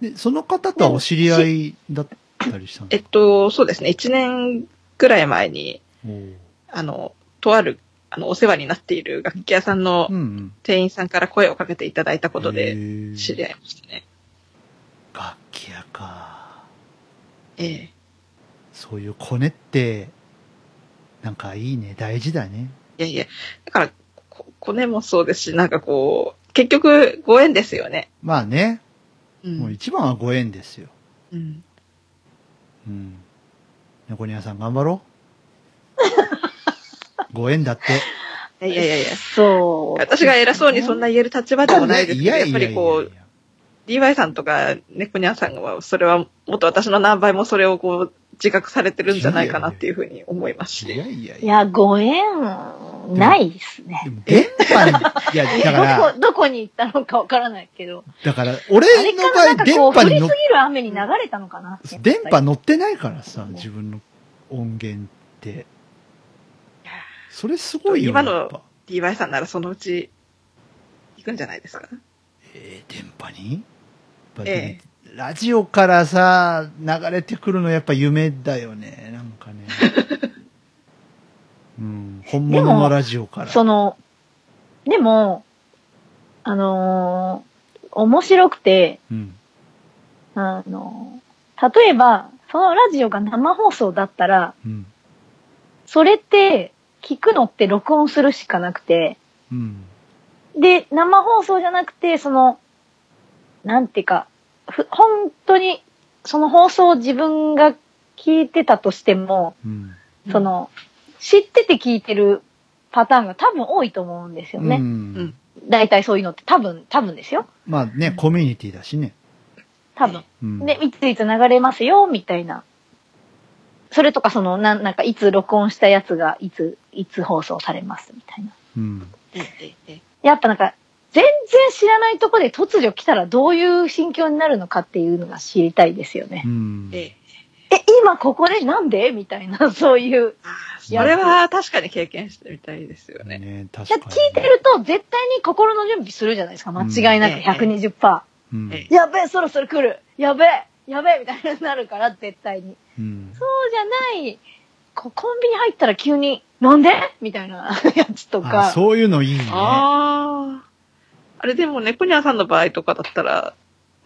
Speaker 1: で、その方とはお知り合いだったりしたんで
Speaker 2: えっと、そうですね、1年ぐらい前に、
Speaker 1: すかおー
Speaker 2: あの、とある、あの、お世話になっている楽器屋さんの
Speaker 1: うんうん。
Speaker 2: 店員さんから声をかけていただいたこと
Speaker 1: へ
Speaker 2: で
Speaker 1: ー
Speaker 2: 知り合いましたね。
Speaker 1: 楽器屋か。
Speaker 2: ええ
Speaker 1: そういうコネって、なんかいいね。大事だね。
Speaker 2: いやいや、だから、こコネもそうですし、なんかこう、結局、ご縁ですよね。
Speaker 1: まあね、
Speaker 2: う。
Speaker 1: もうん一番はご縁ですよ。
Speaker 2: うん、
Speaker 1: うん。猫ニャさん頑張 ろう。ご縁だって。
Speaker 2: いやいやいやいや。
Speaker 3: そう。
Speaker 2: 私が偉そうにそんな言える立場でもないです
Speaker 1: い
Speaker 2: けど、
Speaker 1: や
Speaker 2: やっ
Speaker 1: い
Speaker 2: ぱ
Speaker 1: や
Speaker 2: り
Speaker 1: いや
Speaker 2: こ、
Speaker 1: いう
Speaker 2: DY さんとか、ネコニャンさんは、それは、もっと私の何倍もそれをこう、自覚されてるんじゃないかなっていうふうに思います
Speaker 1: や。い
Speaker 2: し。
Speaker 1: やいやい
Speaker 3: い
Speaker 1: や。
Speaker 3: や、ご縁、ないですね
Speaker 1: で。も電波に、いや、だ から
Speaker 3: どこ、、どこに行ったのかわからないけど。
Speaker 1: だから、俺
Speaker 3: あれ
Speaker 1: の
Speaker 3: か
Speaker 1: 場
Speaker 3: らな
Speaker 1: 合、
Speaker 3: んか
Speaker 1: 電
Speaker 3: こう、
Speaker 1: 波
Speaker 3: 降り
Speaker 1: に
Speaker 3: す
Speaker 1: 乗っ
Speaker 3: ぎる雨に流れたのかなって。
Speaker 1: 電波乗ってないからさ、
Speaker 3: うん
Speaker 1: 自分の音源って。それすごいよ、
Speaker 2: 今の
Speaker 1: やっぱ
Speaker 2: DY さんならそのうち、行くんじゃないですか。
Speaker 1: えー電波にやっぱ
Speaker 2: え
Speaker 1: ねラジオからさ、流れてくるのやっぱ夢だよね、なんか ね。うん、本物のラジオから。
Speaker 3: その、でも、あのー面白くて、
Speaker 1: うん。
Speaker 3: あのー例えば、そのラジオが生放送だったら、
Speaker 1: うん。
Speaker 3: それって、聞くのって録音するしかなくて、
Speaker 1: うん。
Speaker 3: で、生放送じゃなくて、その、なんていうか、ふ本当に、その放送を自分が聞いてたとしても、
Speaker 1: うん。
Speaker 3: その、知ってて聞いてるパターンが多分多いと思うんですよ
Speaker 1: う
Speaker 3: ね。
Speaker 1: ん。
Speaker 3: 大体そういうのって多分、多分ですよ。
Speaker 1: まあね、コミュニティだしね。
Speaker 3: 多分。
Speaker 1: うん。
Speaker 3: で、いついつ流れますよ、みたいな。それとかその、なんなんか、いつ録音したやつが、いつ、いつ放送されます、みたいな。
Speaker 1: うん。
Speaker 2: ええええ
Speaker 3: やっぱなんか、全然知らないとこで突如来たらどういう心境になるのかっていうのが知りたいですよね
Speaker 1: う。ん
Speaker 2: え。え
Speaker 3: え、今ここでなんでみたいな、そういう。
Speaker 2: あーそれは確かに経験してみたいですよね。
Speaker 1: ね、確
Speaker 3: いや
Speaker 1: か
Speaker 3: 聞
Speaker 1: に。
Speaker 3: いてると絶対に心の準備するじゃないですか。間違いな
Speaker 2: う
Speaker 3: く
Speaker 2: ん
Speaker 3: 120%。
Speaker 1: うん。
Speaker 2: え
Speaker 3: やべえ、そろそろ来る。やべえ、やべえ、みたいになるから、絶対に。
Speaker 1: うん。
Speaker 3: そうじゃないこコンビニ入ったら急に、なんでみたいなやつと
Speaker 1: あ
Speaker 3: か。
Speaker 1: そういうのいいね。
Speaker 2: ああ。あれでも、ね、コニャさんの場合とかだったら、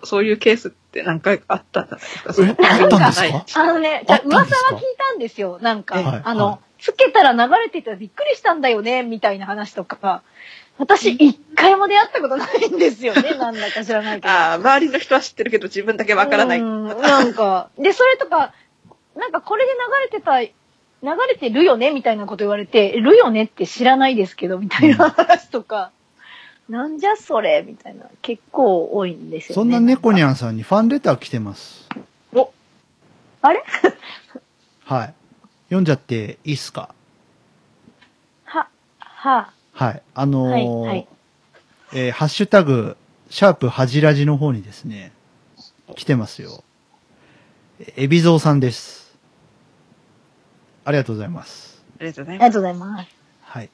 Speaker 2: そういうケースって何回かあったんじゃないですか。その
Speaker 1: あったんですか
Speaker 3: あのね、じゃあ
Speaker 1: あったん
Speaker 3: 噂
Speaker 1: ですか
Speaker 3: は聞いたんですよ。なんか、
Speaker 2: ええ
Speaker 1: はい
Speaker 3: あ
Speaker 1: は
Speaker 3: の、つけたら流れててびっくりしたんだよね、みたいな話とか。私、一回も出会ったことないんですよ ね、なんだか知らないけど。
Speaker 2: ああ、周りの人は知ってるけど自分だけわからない。
Speaker 3: うんなんか、で、それとか、なんかこれで流れてた、流れてるよねみたいなこと言われて、るよねって知らないですけど、みたいな話とか、なんじゃそれみたいな、結構多いんですよね。
Speaker 1: そんな猫に
Speaker 3: ゃ。
Speaker 1: ゃんさんにファンレター来てます。
Speaker 3: あれ
Speaker 1: はい。読んじゃっていいっすか
Speaker 3: は、は、
Speaker 1: はい。あのー
Speaker 3: はい、はい。
Speaker 1: えーハッシュタグ、シャープはじらじの方にですね、来てますよ。えびぞうさんです。ありがとうございます。
Speaker 2: ありがとうござ
Speaker 3: あ
Speaker 2: い
Speaker 3: りが
Speaker 2: ます。
Speaker 3: とうございます。
Speaker 1: はい。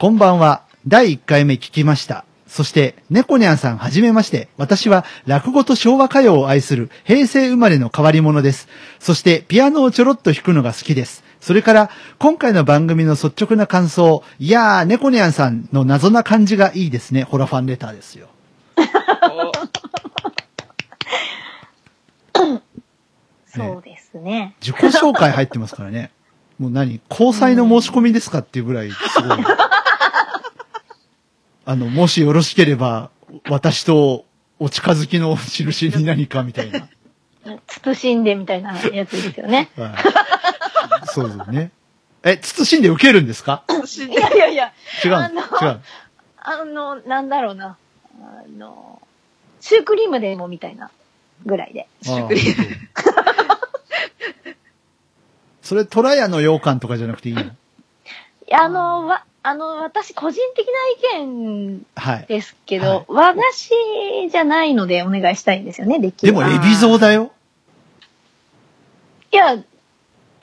Speaker 1: こんばんは。第1回目聞きました。そして、猫にゃんさんはじめまして。私は落語と昭和歌謡を愛する平成生まれの変わり者です。そして、ピアノをちょろっと弾くのが好きです。それから、今回の番組の率直な感想、いやー、猫にゃんさんの謎な感じがいいですね。ホラファンレターですよ。
Speaker 3: そうですね。
Speaker 1: 自己紹介入ってますからね。 もう何交際の申し込みですかっていうぐらい、すごい。 あの、もしよろしければ、私とお近づきの印に何かみたいな。
Speaker 3: 慎んでみたいなやつですよね。
Speaker 1: はい、そうですね。え、慎んで受けるんですか
Speaker 2: お私
Speaker 3: いやいやいや、
Speaker 1: 違う
Speaker 3: あ
Speaker 1: ん
Speaker 3: の
Speaker 1: 違う。
Speaker 3: あの、なんだろうな。あの、シュークリームでもみたいなぐらいで。
Speaker 2: シュークリーム
Speaker 1: ああ それ、トラヤの羊羹とかじゃなくていいの
Speaker 3: いや、あの、わ、あの、私、個人的な意見
Speaker 1: はい。
Speaker 3: ですけど、和菓子じゃないのでお願いしたいんですよね、でき
Speaker 1: で
Speaker 3: れ
Speaker 1: も、
Speaker 3: ば。
Speaker 1: エビゾだよ。
Speaker 3: いや、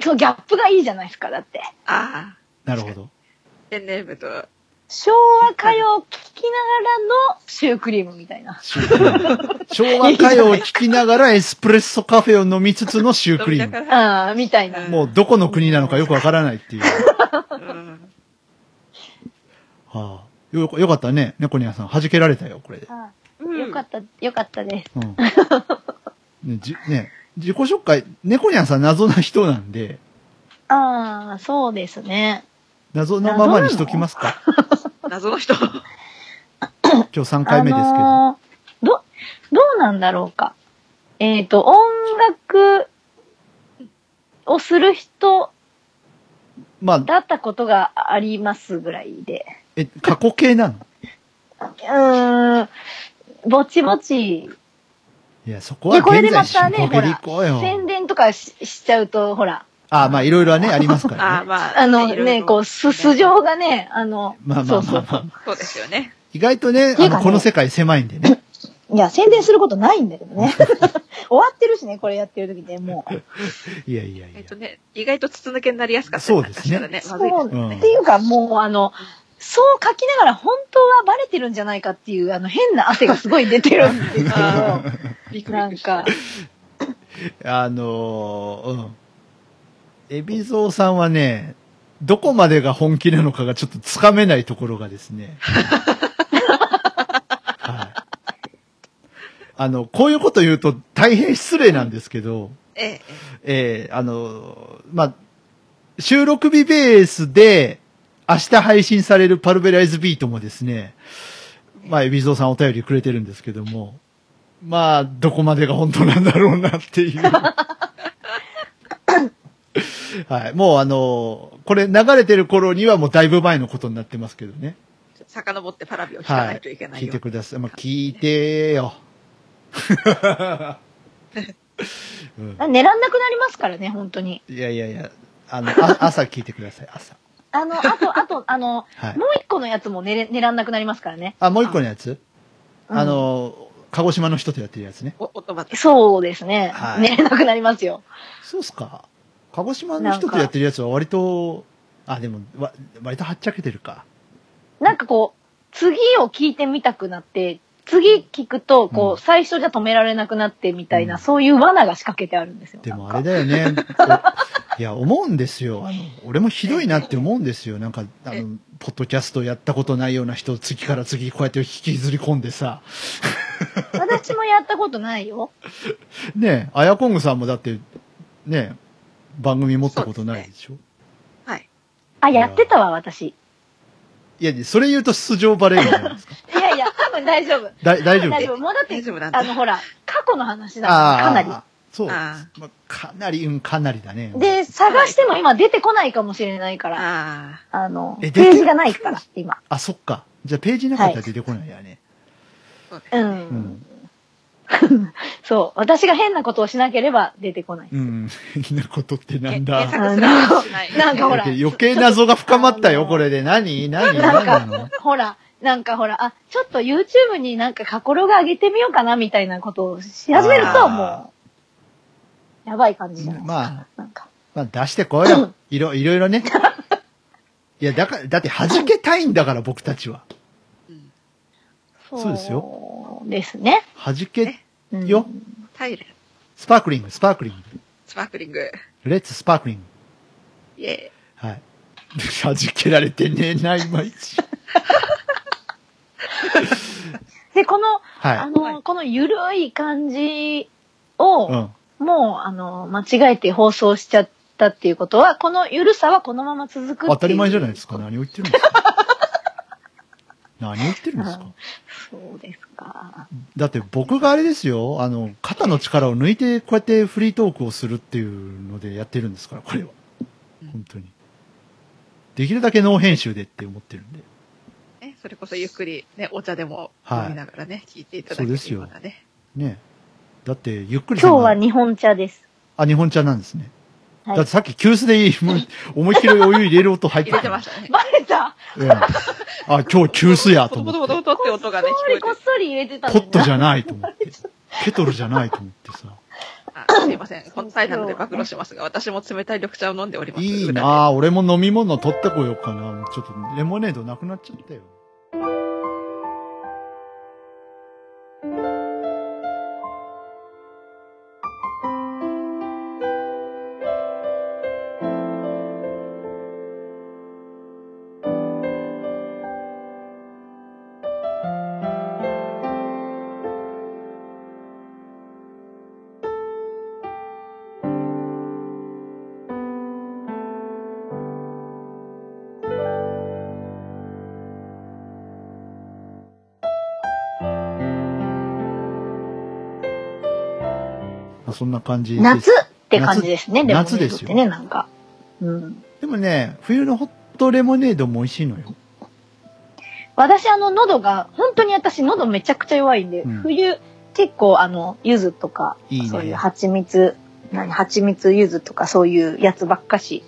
Speaker 3: そう、ギャップがいいじゃないですか、だって。
Speaker 2: ああ。
Speaker 1: なるほど。
Speaker 2: ペンネームと、
Speaker 3: 昭和歌謡を聴きながらのシュークリームみたいな。
Speaker 1: シュークリー ム昭和歌謡を聴きながらエスプレッソカフェを飲みつつのシュークリーム。
Speaker 2: ム。
Speaker 3: ああ、みたいな。
Speaker 1: もうどこの国なのかよくわからない っていう。は
Speaker 2: うん
Speaker 1: あ、よよかったね、猫ニャンさん。弾けられたよ、これで。
Speaker 3: あ
Speaker 2: う
Speaker 3: あ
Speaker 2: ん
Speaker 3: よかった、よかったです。
Speaker 1: うん。ね、じね自己紹介、猫ニャンさん謎な人なんで、
Speaker 3: ああ、そうですね。
Speaker 1: 謎のままにしときますか。
Speaker 2: 謎の人。
Speaker 1: 今日3回目ですけど。
Speaker 3: あのーど、どうなんだろうか。えっ、と、音楽をする人
Speaker 1: まあ、
Speaker 3: だったことがありますぐらいで。
Speaker 1: え、過去形なの
Speaker 3: うーん。ぼちぼち。
Speaker 1: いや、そこは
Speaker 3: でこれで
Speaker 1: 現在
Speaker 3: ま
Speaker 1: 進
Speaker 3: たね
Speaker 1: 行形でいこうよ。
Speaker 3: 宣伝とかししちゃうと、ほら、
Speaker 1: ああ、まあ、いろいろはね、ありますか
Speaker 2: あ
Speaker 1: ら
Speaker 2: あ、
Speaker 1: ね。
Speaker 2: まあ。
Speaker 3: あ
Speaker 2: い
Speaker 3: の
Speaker 2: ろい
Speaker 3: ね、
Speaker 2: ろ
Speaker 3: こう、素、素性がね、 あの、
Speaker 1: まあまあま
Speaker 3: そ
Speaker 1: あ
Speaker 3: う
Speaker 1: まあ。
Speaker 2: そうですよね。
Speaker 1: 意外とね、
Speaker 3: てい
Speaker 1: あ
Speaker 3: うか
Speaker 1: の、
Speaker 3: ね
Speaker 1: この世界狭いんでね。
Speaker 3: そう。いや、宣伝することないんだけどね。終 わってるしね、これやってる時でもう。
Speaker 1: いやいやい
Speaker 2: えっ
Speaker 1: や
Speaker 2: と。ね、意外と筒抜けになりやすかったり
Speaker 1: そうですね
Speaker 2: なんかしたら
Speaker 3: そ
Speaker 2: ね。まずいです
Speaker 3: う、
Speaker 2: よ
Speaker 1: ん
Speaker 3: っていうかもうあの、そう書きながら本当はバレてるんじゃないかっていう、あの変な汗がすごい出てるんで すけ
Speaker 2: あ
Speaker 3: ど、
Speaker 2: ビクビ
Speaker 3: なん
Speaker 2: クした
Speaker 3: か、
Speaker 1: あのーうん。エビゾウさんはね、どこまでが本気なのかがちょっとつかめないところがですね。はい。あの、こういうこと言うと大変失礼なんですけど、
Speaker 2: ええ。
Speaker 1: えーあのーまあ、収録日ベースで明日配信されるパルベライズビートもですね、まあ、エビゾウさんお便りくれてるんですけども、まあ、どこまでが本当なんだろうなって いう。はい。もうあのーこれ流れてる頃にはもうだいぶ前のことになってますけどね。
Speaker 2: ちょっと遡ってパラビを引か
Speaker 1: は
Speaker 2: ない
Speaker 1: い。
Speaker 2: といけない
Speaker 1: 聞い
Speaker 2: よ。
Speaker 1: てください。まあ、聞いて よ。うん
Speaker 3: 寝らんなくなりますからね、本当に。
Speaker 1: いやいやいや、あの、あ 朝聞いてください、朝。
Speaker 3: あの、あと、あと、あの、
Speaker 1: はい
Speaker 3: も。う一個のやつも寝れ、寝らんなくなりますからね。
Speaker 1: あ、もう一個のやつ、
Speaker 3: うん
Speaker 1: あ、の、鹿児島の人とやってるやつね。
Speaker 2: お、おとばです。
Speaker 3: そうですね、
Speaker 1: はい
Speaker 3: 寝れなくなりますよ。
Speaker 1: そうっすか。鹿児島の人とやってるやつは割と、あ、でも、わ割とはっちゃけてるか。
Speaker 3: なんかこう、次を聞いてみたくなって、次聞くと、こ
Speaker 1: うん
Speaker 3: う、最初じゃ止められなくなってみたいうな、
Speaker 1: ん
Speaker 3: そういう罠が仕掛けてある んですよ。
Speaker 1: でも
Speaker 3: な
Speaker 1: あれ
Speaker 3: んか
Speaker 1: だよね。こういや、思うんですよ。あの、俺もひどいなって思うんですよ。なんか、あ
Speaker 2: え
Speaker 1: の、ポッドキャストやったことないような人を次から次こうやって引きずり込んでさ。
Speaker 3: 私もやったことないよ。
Speaker 1: ねえ、アヤコングさんもだって、ねえ、番組持ったことないでしょ。
Speaker 2: はい。
Speaker 3: あ、やってたわ、
Speaker 1: い
Speaker 3: 私。
Speaker 1: や、それ言うと出場バレるじゃないですか。
Speaker 3: いやいや、多分大丈夫。
Speaker 1: だい大丈夫
Speaker 3: 大丈夫。もうだって
Speaker 2: 大、丈夫なん
Speaker 3: あ
Speaker 2: だ。
Speaker 3: の、ほら、過去の話だ
Speaker 1: あ
Speaker 3: か
Speaker 1: あ
Speaker 3: ら、かなり。
Speaker 1: そう。
Speaker 2: あ
Speaker 1: まあ、かなり、うん、かなりだね。
Speaker 3: で、探しても今出てこないかもしれないから、
Speaker 2: あ
Speaker 3: あの、ペ
Speaker 1: え出て
Speaker 3: ージがないから、今。
Speaker 1: あ、そっか。じゃあページなかったら出てこないやね。
Speaker 3: う。
Speaker 1: うんん。
Speaker 3: そう。私が変なことをしなければ出てこない。
Speaker 1: うん。 変なことって
Speaker 2: あ。
Speaker 1: な
Speaker 2: け
Speaker 1: んだ。
Speaker 2: 検索すらもしない。
Speaker 3: なんかほら
Speaker 1: 余計謎が深まったよ、これで。何何何なの
Speaker 3: ほら、なんかほら、あ、ちょっと YouTube になんか過去ログ上げてみようかなみたいなことをし始めると、
Speaker 1: あー
Speaker 3: もう、やばい感じじゃないですか。
Speaker 1: まあ、
Speaker 3: なんか。
Speaker 1: まあ出してこい よ。いろ、いろいろ ね。いや、だから、だって弾けたいんだから、僕たちは。
Speaker 2: うん
Speaker 1: そうです
Speaker 3: よ。ですね。
Speaker 1: 弾け、
Speaker 3: うん
Speaker 1: よ。
Speaker 2: タイル、
Speaker 1: スパークリング、スパークリン
Speaker 2: スパークリング、
Speaker 1: グ。レッツスパークリング。
Speaker 2: イエ
Speaker 1: はい。弾けられてねえな、いまいち。
Speaker 3: で、この、あ
Speaker 1: は
Speaker 3: の、このゆるい感じ
Speaker 1: い。う
Speaker 3: を、
Speaker 1: ん。
Speaker 3: もう、あの、間違えて放送しちゃったっていうことは、このゆるさはこのまま続くっていう
Speaker 1: 当たり前じゃないですか。。何を言ってるんですか。何を言ってるんですか。
Speaker 3: そうですか。
Speaker 1: だって僕があれですよ、あの、肩の力を抜いて、こうやってフリートークをするっていうのでやってるんですから、これは
Speaker 2: うん。
Speaker 1: 本当に。できるだけノー編集でって思ってるんで。
Speaker 2: ー。ね、それこそゆっくり、ね、お茶でも
Speaker 1: はい
Speaker 2: 飲みながらね、聞いていただけ
Speaker 1: そうです
Speaker 2: る
Speaker 1: よ
Speaker 2: ようなね。
Speaker 1: ねえだって、ゆっくりさん
Speaker 3: 今日
Speaker 1: が
Speaker 3: は日本茶です。
Speaker 1: あ、日本茶なんですね。
Speaker 3: はい
Speaker 1: だってさっき急須でいいもう思いっきりお湯入れる音入って
Speaker 2: 入れ
Speaker 1: たから。
Speaker 2: てましたね。
Speaker 3: バレた
Speaker 1: ええあ、今日 急須やと
Speaker 2: ポト
Speaker 1: 思
Speaker 2: ポトポ
Speaker 1: って
Speaker 2: ト。ポトって音がね、聞こえて
Speaker 3: こっそり入れてた
Speaker 1: ポットじ
Speaker 3: ゃ
Speaker 1: ゃないと思って。ケトルじゃないと思ってさ。
Speaker 2: あすいませ ん。この際なので暴露しますが、私も冷たい緑茶を飲んでおります。
Speaker 1: いい
Speaker 2: 裏で
Speaker 1: なあ俺も飲み物取ってこようかな。ちょっとレモネードなくなっちゃったよ。まあ、そんな感じです。
Speaker 3: 夏って感じですね、
Speaker 1: 夏
Speaker 3: レモネードっ
Speaker 1: 夏
Speaker 3: て
Speaker 1: ですよ
Speaker 3: ね、なんか。うん。
Speaker 1: でもね、冬のホットレモネードも美味しいのよ。
Speaker 3: 私、あの、喉が、本当に私、喉めちゃくちゃ弱いんで、
Speaker 1: うん
Speaker 3: 冬、結構、あの、柚子とか、
Speaker 1: いいね
Speaker 3: そういう蜂蜜、何、蜂蜜柚子とか、そういうやつばっかし。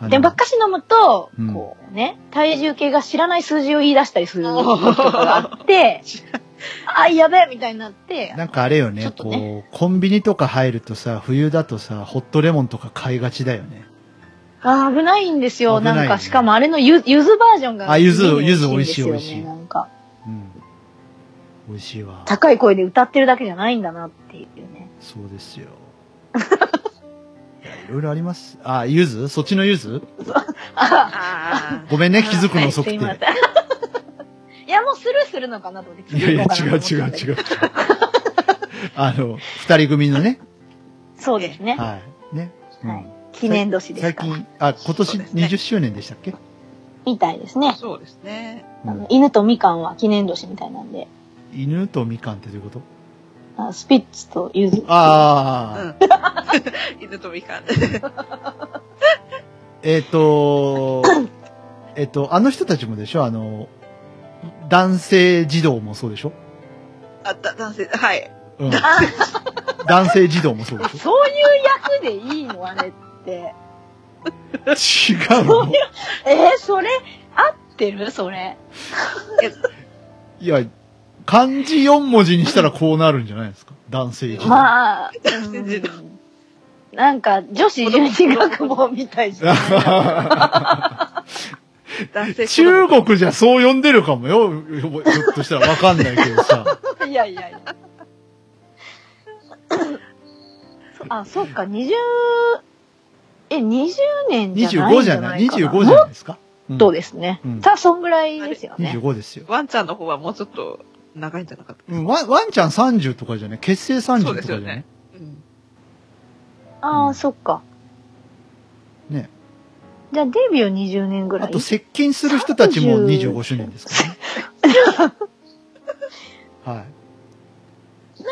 Speaker 1: あの
Speaker 3: で、ばっかし飲むと、
Speaker 1: うん
Speaker 3: こうね、体重計が知らない数字を言い出したりす ることがあって、あ、やべえみたいになって、
Speaker 1: なんかあれよね
Speaker 3: ちょっとね
Speaker 1: こう、コンビニとか入るとさ、冬だとさ、ホットレモンとか買いがちだよね。
Speaker 3: あー危ないんですよ。
Speaker 1: 危ない
Speaker 3: な
Speaker 1: ね
Speaker 3: んか、しかもあれのゆゆずバージョンが。
Speaker 1: あゆずゆず
Speaker 3: ん
Speaker 1: 美
Speaker 3: で
Speaker 1: 味
Speaker 3: す
Speaker 1: しい
Speaker 3: よ
Speaker 1: 美味しい
Speaker 3: ねなんか、
Speaker 1: うん。美味しいわ。
Speaker 3: 高い声で歌ってるだけじゃないんだなっていうね。
Speaker 1: そうですよ。いや、いろいろあります。あ、ゆずそっちのゆず
Speaker 3: あ
Speaker 2: あ
Speaker 1: ごめんね、気づく
Speaker 3: は
Speaker 1: の
Speaker 3: い
Speaker 1: 遅く
Speaker 3: す
Speaker 1: て。い
Speaker 3: い
Speaker 1: や
Speaker 3: ません。 いや、もうスルーするのかなと思って。
Speaker 1: いや、違う違う違う違
Speaker 3: う。
Speaker 1: う。あの、二人組のね。
Speaker 3: そうですね。
Speaker 1: はい。ね。うん
Speaker 3: はい記念年です
Speaker 1: 最
Speaker 3: から。
Speaker 1: 近、あ、今
Speaker 2: そ
Speaker 1: 年
Speaker 2: うですね
Speaker 1: 20周年でしたっけ
Speaker 3: みたいです
Speaker 2: あ。
Speaker 3: ね。
Speaker 2: そうですね。
Speaker 1: う
Speaker 3: あ
Speaker 1: ん
Speaker 3: の犬とみかんは記念年みたいなんで、
Speaker 1: 犬とみかんってどういうこと
Speaker 3: あスピッツとゆず。
Speaker 2: う
Speaker 1: ああ、
Speaker 2: ん。犬とみかん。
Speaker 1: えっ、 と、えっと、あの人たちもでしょあの、男性児童もそうでしょ
Speaker 2: あ、だ、男性、はい。
Speaker 1: うん。男性児童もそうでし
Speaker 3: そういう役でいいのあれって。
Speaker 1: ょ違う の
Speaker 3: えー、それ、合ってるそれ。
Speaker 1: いや、漢字4文字にしたらこうなるんじゃないですか男性児童。
Speaker 3: まあ、
Speaker 2: 全然だ
Speaker 3: うんなんか女子十二学坊みたいじゃない
Speaker 2: 男性
Speaker 1: 中
Speaker 2: 子供
Speaker 1: 国じゃそう呼んでるかもよ。ひょひょっとしたらわかんないけどさ。
Speaker 3: いやいやいや。そあ、そっか、20、え、20年 じゃない
Speaker 1: 25
Speaker 3: ん
Speaker 1: じ
Speaker 3: じ
Speaker 1: ゃ
Speaker 3: ゃな
Speaker 1: ない
Speaker 3: い
Speaker 1: ?25 じ
Speaker 3: じ
Speaker 1: ゃ
Speaker 3: ゃ
Speaker 1: ないですか。うん
Speaker 3: そうですね
Speaker 1: うん。
Speaker 3: さあ、そんぐらいですよね。
Speaker 1: 25ですよ。
Speaker 2: ワンちゃんの方はもうちょっと長いんじゃなかった
Speaker 1: うん、ワンワンちゃん30とかじゃない結成30
Speaker 2: そう
Speaker 1: とか
Speaker 2: で
Speaker 1: じ
Speaker 2: す
Speaker 1: ゃ
Speaker 2: よ
Speaker 1: ない
Speaker 2: ね。うん。
Speaker 3: あ
Speaker 1: うん
Speaker 3: あ、そっか。
Speaker 1: ね。
Speaker 3: じゃあ、デビュー20年ぐ
Speaker 1: あ
Speaker 3: らい
Speaker 1: と。接近する人たちも
Speaker 3: 30
Speaker 1: 25周年ですからね。 はい。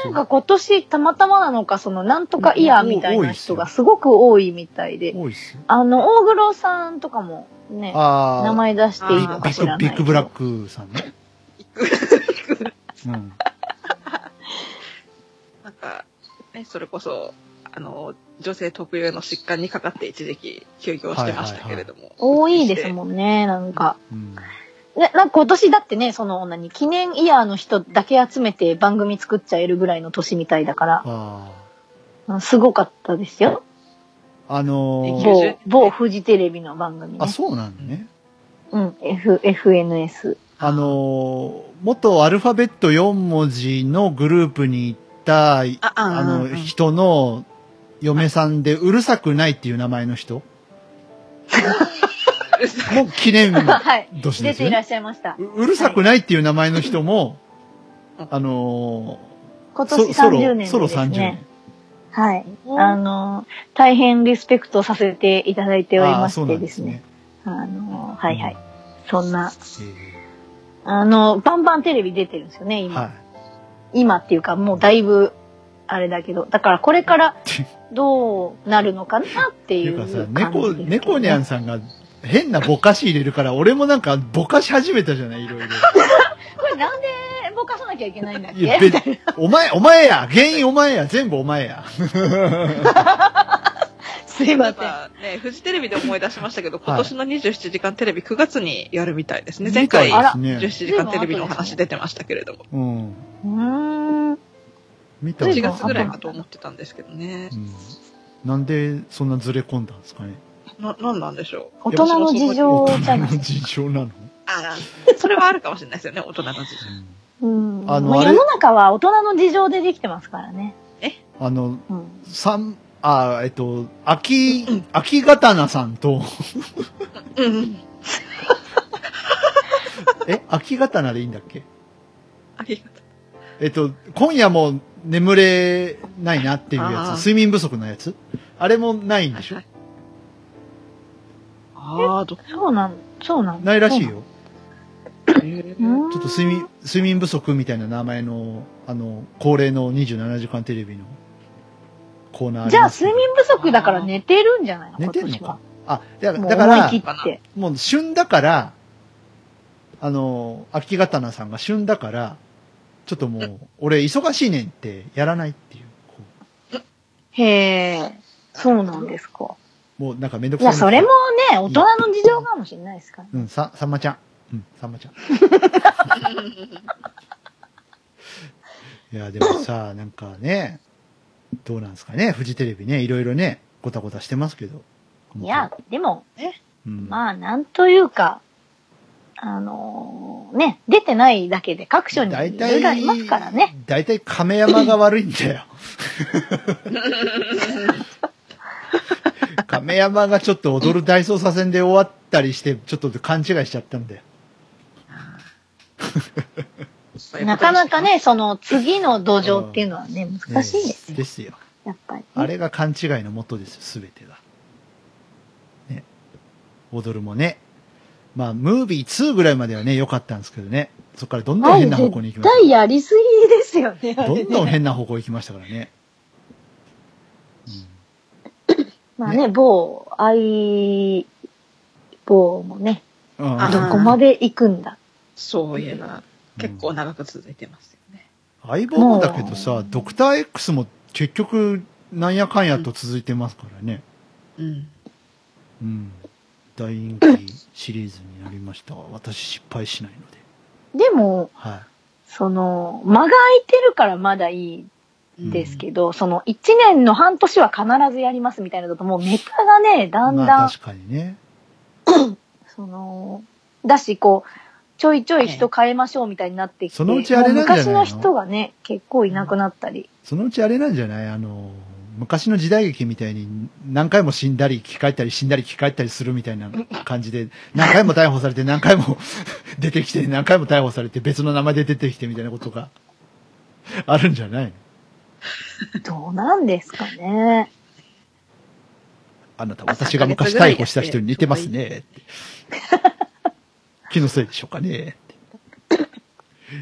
Speaker 3: なんか今年たまたまなのか、そのなんとかイヤーみたいな人がすごく多いみたいで、
Speaker 1: 多いっすよ。
Speaker 3: あの、大黒さんとかもね、
Speaker 1: ああ。
Speaker 3: 名前出していいのか
Speaker 1: ビ
Speaker 3: 知ら
Speaker 1: ッ
Speaker 3: な
Speaker 1: グ、
Speaker 3: いけ
Speaker 1: ビ
Speaker 3: ど。
Speaker 1: ッグブラックさんね。うん。
Speaker 2: なんか、ね、それこそ、あの、女性特有の疾患にかかって一時期休業してましたけれども。
Speaker 3: 多いですもんね、なんか。
Speaker 1: うん。
Speaker 3: ね、なんか今年だってね、その、何、記念イヤーの人だけ集めて番組作っちゃえるぐらいの年みたいだから、
Speaker 1: あ
Speaker 3: うんすごかったですよ。
Speaker 1: あ。あの
Speaker 2: うん
Speaker 1: ー、
Speaker 3: 某、某フジテレビの番組ね
Speaker 1: あ、。そうなんだね。
Speaker 3: うん、F、FNS。
Speaker 1: あのー、元アルファベット4文字のグループに行った、
Speaker 2: あ、あ
Speaker 1: あ
Speaker 2: うん
Speaker 1: の、 人の嫁さんで、うるさくないっていう名前の人もう記念
Speaker 3: はい。
Speaker 1: 年で
Speaker 3: 出
Speaker 1: す
Speaker 3: て
Speaker 1: よ
Speaker 3: いらっ
Speaker 1: ね。
Speaker 3: しゃいました。
Speaker 1: ううるさくないっていう名前の人も
Speaker 2: はい、
Speaker 1: あの
Speaker 3: 今
Speaker 1: ー、そ
Speaker 3: 年
Speaker 1: ソ
Speaker 3: 30年
Speaker 1: ロ、
Speaker 3: で
Speaker 1: ソロ
Speaker 3: です
Speaker 1: 30
Speaker 3: ね
Speaker 1: 年。。
Speaker 3: はい。あの、大変リスペクトさせていただいており
Speaker 1: あ
Speaker 3: ま
Speaker 1: あ、そ
Speaker 3: し
Speaker 1: うな
Speaker 3: て
Speaker 1: ん
Speaker 3: ですね。。あの、はいはい。そんな、
Speaker 1: え
Speaker 3: あの、バンバンテレビ出てるんですよね、
Speaker 1: え
Speaker 3: 今。
Speaker 1: は
Speaker 3: 今っていうか、もうだいぶ、あれだけど。だからこれ からどうなるのかなって
Speaker 1: い。って
Speaker 3: い
Speaker 1: いうう
Speaker 3: 感
Speaker 1: か
Speaker 3: じで
Speaker 1: さ、
Speaker 3: すけ
Speaker 1: 猫、
Speaker 3: どね
Speaker 1: 猫にゃんさんが変なぼかし入れるから、俺もなんかぼかし始めたじゃない、 いろいろ。
Speaker 3: これなんでぼかさなきゃいけないんだっ
Speaker 1: い
Speaker 3: け
Speaker 1: や、
Speaker 3: み
Speaker 1: べ
Speaker 3: たいな。
Speaker 1: お前、お前や原因お前や全部お前や
Speaker 3: すい
Speaker 2: 例
Speaker 3: ま
Speaker 2: え
Speaker 3: せん。
Speaker 2: ばね、フジテレビで思い出しましたけど、
Speaker 1: い
Speaker 2: 今年の27時間テレビ9月にやるみたいですね。前
Speaker 1: みたい
Speaker 2: 回、
Speaker 3: あら
Speaker 1: で
Speaker 2: 17
Speaker 1: すね。
Speaker 2: 時間テレビのお話出てましたけれども、
Speaker 1: うん。
Speaker 3: うーん。
Speaker 1: 見たわ
Speaker 2: 1
Speaker 3: 随分
Speaker 2: 月ぐらいかと思ってたんですけどね
Speaker 1: う。んなんでそんなずれ込んだんですかね。
Speaker 2: な、なんなんでしょう。
Speaker 3: 大人の事情
Speaker 1: 大
Speaker 3: じ
Speaker 1: 人
Speaker 3: ゃな
Speaker 1: の
Speaker 3: い。
Speaker 1: 事情なの、
Speaker 2: ああ、それはあるかもしれないですよね、大人の事情。
Speaker 3: うん。
Speaker 1: あの
Speaker 3: まあ
Speaker 1: あれ
Speaker 3: 世の中は大人の事情でできてますからね。
Speaker 1: あの、
Speaker 3: うん。
Speaker 1: 三、あ、えっと、秋、秋刀さん と、
Speaker 2: うんうん。
Speaker 1: え、秋刀でいいんだっけ
Speaker 2: ありがとう。
Speaker 1: えっと、今夜も眠れないなっていう
Speaker 2: あ
Speaker 1: や
Speaker 2: ー
Speaker 1: つ、睡眠不足のやつあれもないんでしょ、
Speaker 2: はいああ、どっ
Speaker 3: そうなん、そうなん
Speaker 1: ないらしい。よ。
Speaker 2: ち
Speaker 3: そうなん
Speaker 1: ちょっと睡眠。、睡眠不足みたいな名前の、あの、恒例の27時間テレビのコーナーあ
Speaker 3: うんじ
Speaker 1: り
Speaker 3: ゃあ
Speaker 1: ますけ
Speaker 3: 睡
Speaker 1: ど
Speaker 3: 眠不足だから寝てるんじゃないの
Speaker 1: 寝てんの
Speaker 3: 今年は
Speaker 1: か。あ、だから、
Speaker 3: もう
Speaker 1: だか
Speaker 3: 思い
Speaker 1: ら
Speaker 3: 切って。
Speaker 1: もう旬だから、あの、秋刀さんが旬だから、ちょっともう、俺忙しいねんってやらないっていう。こ
Speaker 3: へえ、そうなんですか。
Speaker 1: うもうなんかめんどく
Speaker 3: い
Speaker 1: さい。
Speaker 3: や、それも。ね、大人の事情かもしれないですから。
Speaker 1: うん、さ、さんまちゃん。うん、さんまち ゃん。いや、でもさ、なんかね、どうなんですかね、フジテレビね、いろいろね、ごたごたしてますけど。
Speaker 3: いや、でも、
Speaker 1: うん、
Speaker 3: まあ、なんというか、あのーね、出てないだけで各所に
Speaker 1: 大
Speaker 3: いろいろありますからね。。
Speaker 1: 大体亀山が悪いん だよ。亀山がちょっと踊る大捜査線で終わったりして、ちょっと勘違いしちゃったんだよ。
Speaker 3: なかなか。ね、その次の土壌っていうのはね、
Speaker 1: ね
Speaker 3: 難しいです。
Speaker 1: ですよ。
Speaker 3: やっぱりね。
Speaker 1: あれが勘違いのもとですよ、すべてが。ね。踊るもね。まあ、ムービー2ぐらいまではね、良かったんですけどね。そっからどんどん変な方向に行き
Speaker 3: 絶
Speaker 1: ました
Speaker 3: 対やりすぎですよね、あれ
Speaker 1: ど
Speaker 3: ね
Speaker 1: んどん変な方向行きましたからね。うん
Speaker 3: まあね、某、愛、某もね、
Speaker 1: うん
Speaker 2: あ
Speaker 3: どこまで行くんだ。
Speaker 2: そういえば、
Speaker 1: うん
Speaker 2: 結構長く続いてますよね。
Speaker 1: 相棒もだけどさ、ドクター X も結局、なんやかんやと続いてますからね。
Speaker 2: うん。
Speaker 1: うん。大人気シリーズになりましたが、私失敗しないので。
Speaker 3: でも、
Speaker 1: は
Speaker 3: その、間が空いてるからまだい
Speaker 1: うん
Speaker 3: いですけど、その、1年の半年は必ずやりますみたいなのだと、もうネタがね、
Speaker 1: い。
Speaker 3: だんだん、
Speaker 1: まあ確かにね。
Speaker 3: その、だし、こう、ちょいちょい人変えましょうみたいになってきて、
Speaker 1: そのうちあれなんじゃないの
Speaker 3: もう昔の人がね、結構いなくなったり。
Speaker 1: そのうちあれなんじゃないあの、昔の時代劇みたいに何回も死んだり生き返ったり死んだり生き返ったりするみたいな感じで、何回も逮捕されて何回も 出てきて、何回も逮捕されて別の名前で出てきてみたいなことがあるんじゃないの
Speaker 3: どうなんですかね。
Speaker 1: あなた、私が昔逮捕した人に似てますね。 気のせいでしょうかね。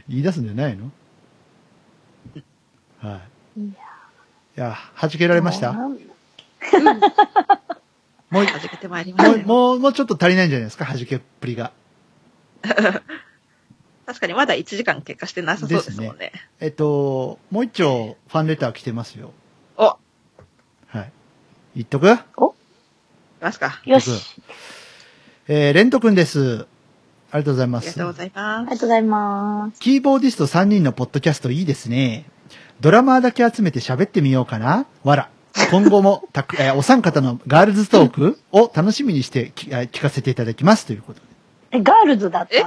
Speaker 1: 言い出すんじゃないのはい。
Speaker 3: いや
Speaker 1: いや、弾けられまし
Speaker 3: どう
Speaker 1: た
Speaker 3: なん
Speaker 1: もうい、
Speaker 2: はじけてまいりま
Speaker 1: も
Speaker 2: し
Speaker 1: う、
Speaker 2: たよ。
Speaker 1: もう、もうちょっと足りないんじゃないですか弾けっぷりが。
Speaker 2: 確かにまだ1時間経過してなさそうですもんね。
Speaker 1: えっと、もう一丁ファンレター来てますよ。
Speaker 2: お、
Speaker 1: はい。言っとく
Speaker 2: いますか。
Speaker 3: よ
Speaker 1: 僕
Speaker 3: し。
Speaker 1: えー、レント君です。ありがとうござい
Speaker 2: あ
Speaker 1: ま
Speaker 2: りが
Speaker 1: す
Speaker 2: とう。ございま
Speaker 3: あ
Speaker 2: す
Speaker 3: りが。とうございます。
Speaker 1: キーボーディスト3人のポッドキャストいいですね。ドラマーだけ集めて喋ってみようかな。わら。今後もたく、えーお三方のガールズトークを楽しみにしてきえー聞かせていただきますということで。
Speaker 3: え、ガールズだった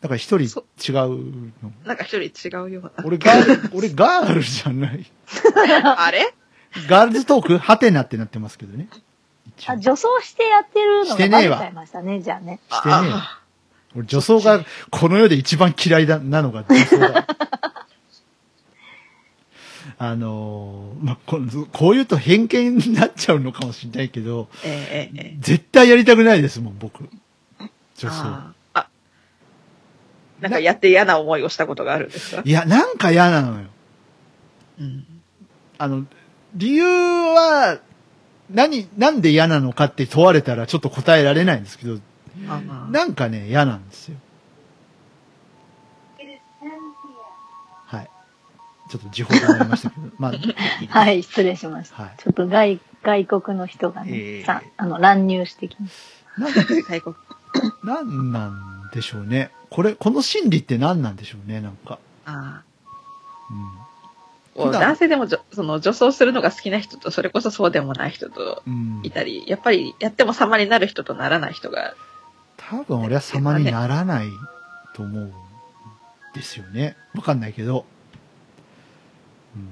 Speaker 1: だから一人
Speaker 2: そ
Speaker 1: 違うの。
Speaker 2: なんか一人違うような。
Speaker 1: 俺ガール、俺ガールじゃない。
Speaker 2: あれ
Speaker 1: ガールズトークハテナってなってますけどね。一応
Speaker 3: あ、女装してやってるの
Speaker 1: して
Speaker 3: が
Speaker 1: ね
Speaker 3: バ
Speaker 1: えわ
Speaker 3: レちゃいましたね、じゃあね。
Speaker 1: してねえよ
Speaker 2: あ
Speaker 1: 俺女装がこの世で一番嫌いだなのが女装 だ。あのーまあ、このこう言うと偏見になっちゃうのかもしれないけど、
Speaker 2: えええええ
Speaker 1: 絶対やりたくないですもん、僕。
Speaker 2: え
Speaker 1: 女装。
Speaker 2: ああ。なんかやって嫌な思いをしたことがあるんですか
Speaker 1: いや、なんか嫌なのよ。
Speaker 2: うん。
Speaker 1: あの、理由は、何、なんで嫌なのかって問われたらちょっと答えられないんですけど、
Speaker 2: まあまあ。
Speaker 1: なんかね、嫌なんですよ。はい。ちょっと時報がありましたけど、まあ、
Speaker 3: はい、失礼しました。
Speaker 1: はい
Speaker 3: ちょっと外、外国の人がね、
Speaker 1: ええ
Speaker 3: さ、あの、乱入してきまし
Speaker 1: なん
Speaker 2: 最高。
Speaker 1: なんなんでしょうね。これ、この心理って何なんでしょうね、なんか。
Speaker 2: ああ。
Speaker 1: 普段
Speaker 2: 男性でもじょその女装するのが好きな人と、それこそそうでもない人と
Speaker 1: うん。うん
Speaker 2: い。たり、やっぱりやっても様になる人とならない人が、
Speaker 1: 多分俺は様にならないと思うんですよね。わかんないけど。うん。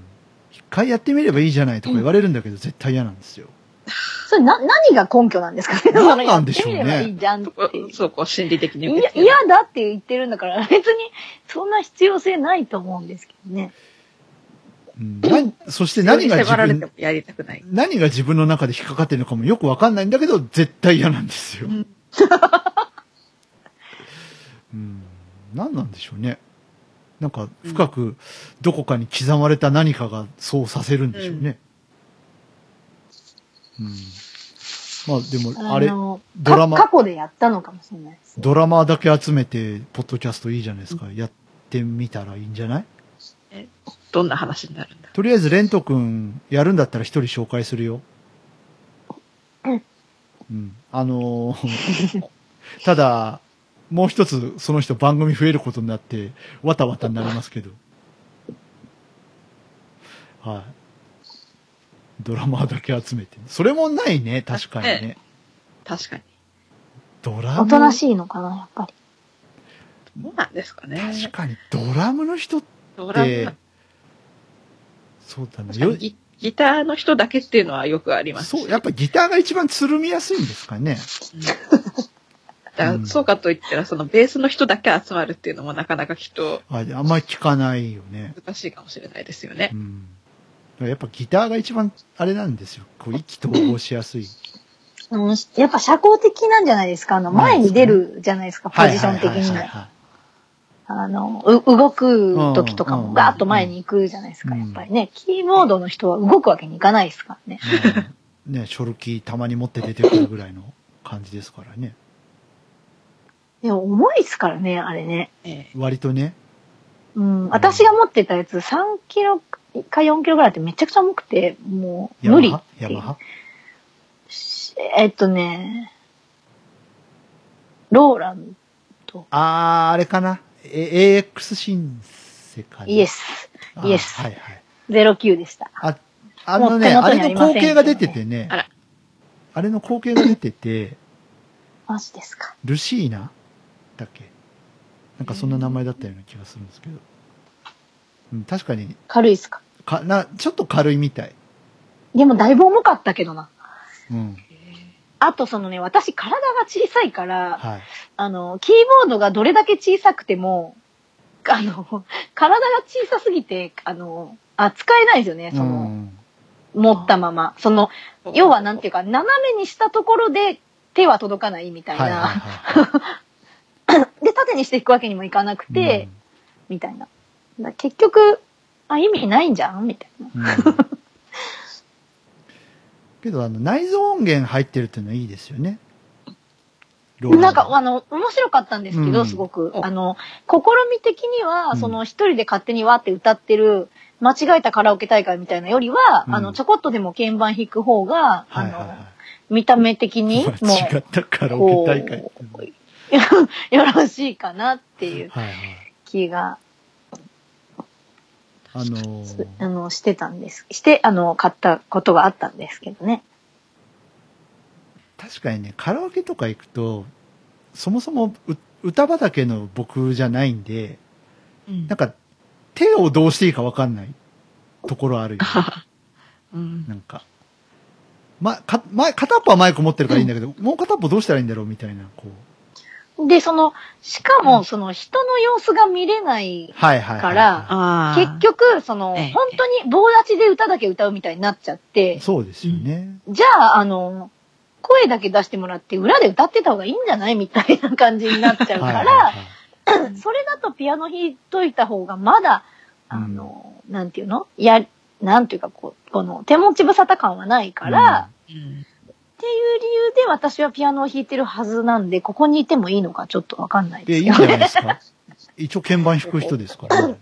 Speaker 1: 一回やってみればいいじゃないとか言われるんだけど、絶対嫌なんですよ。
Speaker 3: た。それな、何が根拠なんですかね
Speaker 1: 何なんでしょうね
Speaker 3: やってみればいいじゃんっていう。
Speaker 2: そうこう心理的に
Speaker 3: い
Speaker 2: 受け
Speaker 3: や、
Speaker 2: 付けられ
Speaker 3: 嫌だって言ってるんだから、別に、そんな必要性ないと思うんですけどね。
Speaker 1: うん。なそして何
Speaker 2: 何
Speaker 1: が
Speaker 2: が
Speaker 1: 自
Speaker 2: 迫られて
Speaker 1: 分
Speaker 2: も、やりたくない。
Speaker 1: 何が自分の中で引っかかってるのかもよくわかんないんだけど、絶対嫌なんですよ。
Speaker 2: うん
Speaker 1: うん、何なんでしょうね。なんか深くどこかに刻まれた何かがそうさせるんでしょうね。うん。まあでも、あれ、
Speaker 3: の
Speaker 1: ドラマ
Speaker 3: か過去でやったのかもしれないですね。
Speaker 1: ドラマーだけ集めて、ポッドキャストいいじゃないですか。やってみたらいいんじゃない
Speaker 2: どんな話になるんだ
Speaker 1: とりあえず、レント君、やるんだったら一人紹介するよ。
Speaker 3: うん。
Speaker 1: うん。あの ーただ、もう一つ、その人番組増えることになって、わたわたになりますけど。はい。ドラマーだけ集めて。それもないね、確かにね。
Speaker 2: 確かに。
Speaker 1: ドラム。
Speaker 3: おとなしいのかな、やっぱり。
Speaker 2: どうなんですかね。
Speaker 1: 確かに、ドラムの人っ
Speaker 2: ドラ
Speaker 1: て
Speaker 2: ム、
Speaker 1: そうだね。
Speaker 2: 確かにギギターの人だけっていうのはよくありますし。
Speaker 1: そう、やっぱギターが一番つるみやすいんですかね。
Speaker 2: だ
Speaker 1: うん
Speaker 2: そうかといったら、そのベースの人だけ集まるっていうのもなかなかきっと
Speaker 1: ああんまり聞かないよね。
Speaker 2: 難しいかもしれないですよね
Speaker 1: う。ん。やっぱギターが一番あれなんですよ。こう意気投合しやすい。
Speaker 3: うんやっぱ社交的なんじゃないですか。あの、前に出るじゃないですか、ポジション的
Speaker 1: はいはい
Speaker 3: に
Speaker 1: はい
Speaker 3: ね。
Speaker 1: は
Speaker 3: あの、う動く時とか
Speaker 1: うん
Speaker 3: もガーッと前に行くじゃないですか、
Speaker 1: うん
Speaker 3: やっぱりね。キーボードの人は動くわけにいかないですからね。
Speaker 1: いまあね、ショルキーたまに持って出てくるぐらいの感じですからね。
Speaker 3: でも重いですからね、あれね。
Speaker 2: ええ
Speaker 1: 割とね。
Speaker 3: うん。私が持ってたやつ3キロか4キロぐらいってめちゃくちゃ重くて、もう無理
Speaker 1: ヤ
Speaker 3: っていう
Speaker 1: マハ
Speaker 3: しえっとね、ローランド、
Speaker 1: あー、あれかな。え AX シンセかな。
Speaker 3: イエ。ス、イエス
Speaker 1: はいはい。
Speaker 3: 09でした。
Speaker 1: あ、あのね、
Speaker 3: もう
Speaker 1: あれ
Speaker 3: 手元にあ
Speaker 1: の
Speaker 3: りません
Speaker 1: 光景
Speaker 3: けどね
Speaker 1: が出ててね
Speaker 2: あら。
Speaker 1: あれの光景が出てて、
Speaker 3: マジですか。
Speaker 1: ルシーナったっけなんかそんな名前だったような気がするんですけど。うん、確かに、
Speaker 3: 軽いっすか。
Speaker 1: か、な、ちょっと軽いみたい。
Speaker 3: でもだいぶ重かったけどな。
Speaker 1: うん。
Speaker 3: あとそのね、私体が小さいから、
Speaker 1: はい。
Speaker 3: あの、キーボードがどれだけ小さくても、あの、 体が小さすぎて、あの、扱えないですよね、その、
Speaker 1: ん。
Speaker 3: 持ったまま。その、要はなんていうか、斜めにしたところで手は届かないみたいな。
Speaker 1: はいはいは
Speaker 3: で、縦にしていくわけにもいかなく
Speaker 1: い。
Speaker 3: て、みたいな。だから結局、あ、意味ないんじゃんみたいな。
Speaker 1: うん、うん。けど、あの、内蔵音源入ってるっていうのはいいですよね。ローラー
Speaker 3: なんか、あの、面白かったんですけど、
Speaker 1: うん
Speaker 3: すごく。
Speaker 2: お
Speaker 3: あの、試み的に
Speaker 1: う
Speaker 3: は、
Speaker 1: ん
Speaker 3: その、一人で勝手にわーって歌ってる、間違えたカラオケ大会みたいなよりは、
Speaker 1: うん
Speaker 3: あの、ちょこっとでも鍵盤弾く方が、
Speaker 1: はいはい
Speaker 3: あの
Speaker 1: は、
Speaker 3: 見た目的
Speaker 1: い。
Speaker 3: に、も
Speaker 1: 間違ったカラオケ大会っていうの。
Speaker 3: う、よろしいかなっていう
Speaker 1: はいはい。
Speaker 3: 気が、
Speaker 1: あのー
Speaker 3: あの、してたんです。して、あの、買ったことがあったんですけどね。
Speaker 1: 確かにね、カラオケとか行くと、そもそもう歌畑の僕じゃないんで、
Speaker 2: うん
Speaker 1: なんか、手をどうしていいかわかんないところある よね。
Speaker 2: うん
Speaker 1: なんか。ま、か、前、片っぽはマイク持ってるからいいんだけど、もう片っぽどうしたらいいんだろうみたいな、こう。
Speaker 3: で、その、しか
Speaker 2: う
Speaker 3: も、
Speaker 2: ん
Speaker 3: その、人の様子が見れない、
Speaker 1: はいはいはい、
Speaker 3: から
Speaker 2: あー
Speaker 3: 結局、その、
Speaker 2: ええ
Speaker 3: 本当に棒立ちで歌だけ歌うみたいになっちゃって、
Speaker 1: そうですよね。
Speaker 3: じゃあ、あの、声だけ出してもらって、裏で歌ってた方がいいんじゃないみたいな感じになっちゃう
Speaker 1: はい
Speaker 3: か
Speaker 1: はい
Speaker 3: ら、
Speaker 1: はい
Speaker 2: い
Speaker 3: それだとピアノ弾いといた方が、まだ、あの、なんていうのや、なんていうか、こう、この手持ち無沙汰感はないから、
Speaker 2: うん
Speaker 3: っていう理由で私はピアノを弾いてるはずなんで、ここにいてもいいのかちょっとわかんない
Speaker 1: で、
Speaker 3: です
Speaker 1: いいん
Speaker 3: けど
Speaker 1: じゃないですか。一応鍵盤弾く人です から、ね。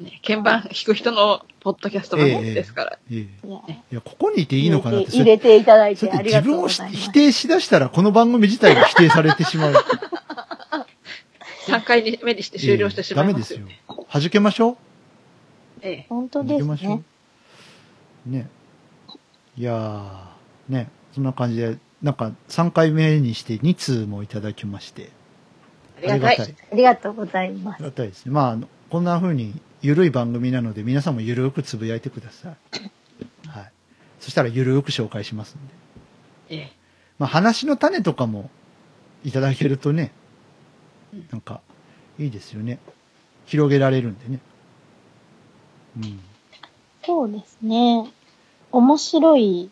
Speaker 2: ね鍵盤弾く人のポッドキャストも
Speaker 1: ええ
Speaker 2: ねですから。
Speaker 1: いやい
Speaker 3: いや
Speaker 1: や、ここにいていいのかなって。
Speaker 3: 入れていただい
Speaker 1: そ
Speaker 3: て
Speaker 1: れ
Speaker 3: あ
Speaker 1: で
Speaker 3: り
Speaker 1: 自
Speaker 3: がとう
Speaker 1: 分
Speaker 3: ご
Speaker 1: を
Speaker 3: ざいま
Speaker 1: 否
Speaker 3: す。
Speaker 1: 定しだしたら、この番組自体が否定されてしまう。
Speaker 2: 3回目にして終了してしまいますよ
Speaker 1: いやい
Speaker 2: ね。
Speaker 1: やダメですよ。弾けましょう。
Speaker 2: ええ
Speaker 3: 本当
Speaker 1: 弾
Speaker 3: で
Speaker 1: け
Speaker 3: す
Speaker 1: ましょ
Speaker 3: ね
Speaker 1: う。。ね。いやー、ね。そんな感じで、なんか3回目にして2通もいただきまして。
Speaker 2: ありがたい。
Speaker 3: ありがとうございま
Speaker 1: あ
Speaker 3: す
Speaker 1: り。がたいですね。まああの、こんな風にゆるい番組なので、皆さんもゆるーくつぶやいてください。はい。そしたらゆるーく紹介しますんで。
Speaker 2: ええ
Speaker 1: まあ、話の種とかもいただけるとね
Speaker 2: うん、
Speaker 1: なんか、いいですよね。広げられるんでね。うん。
Speaker 3: そうですね。面白い。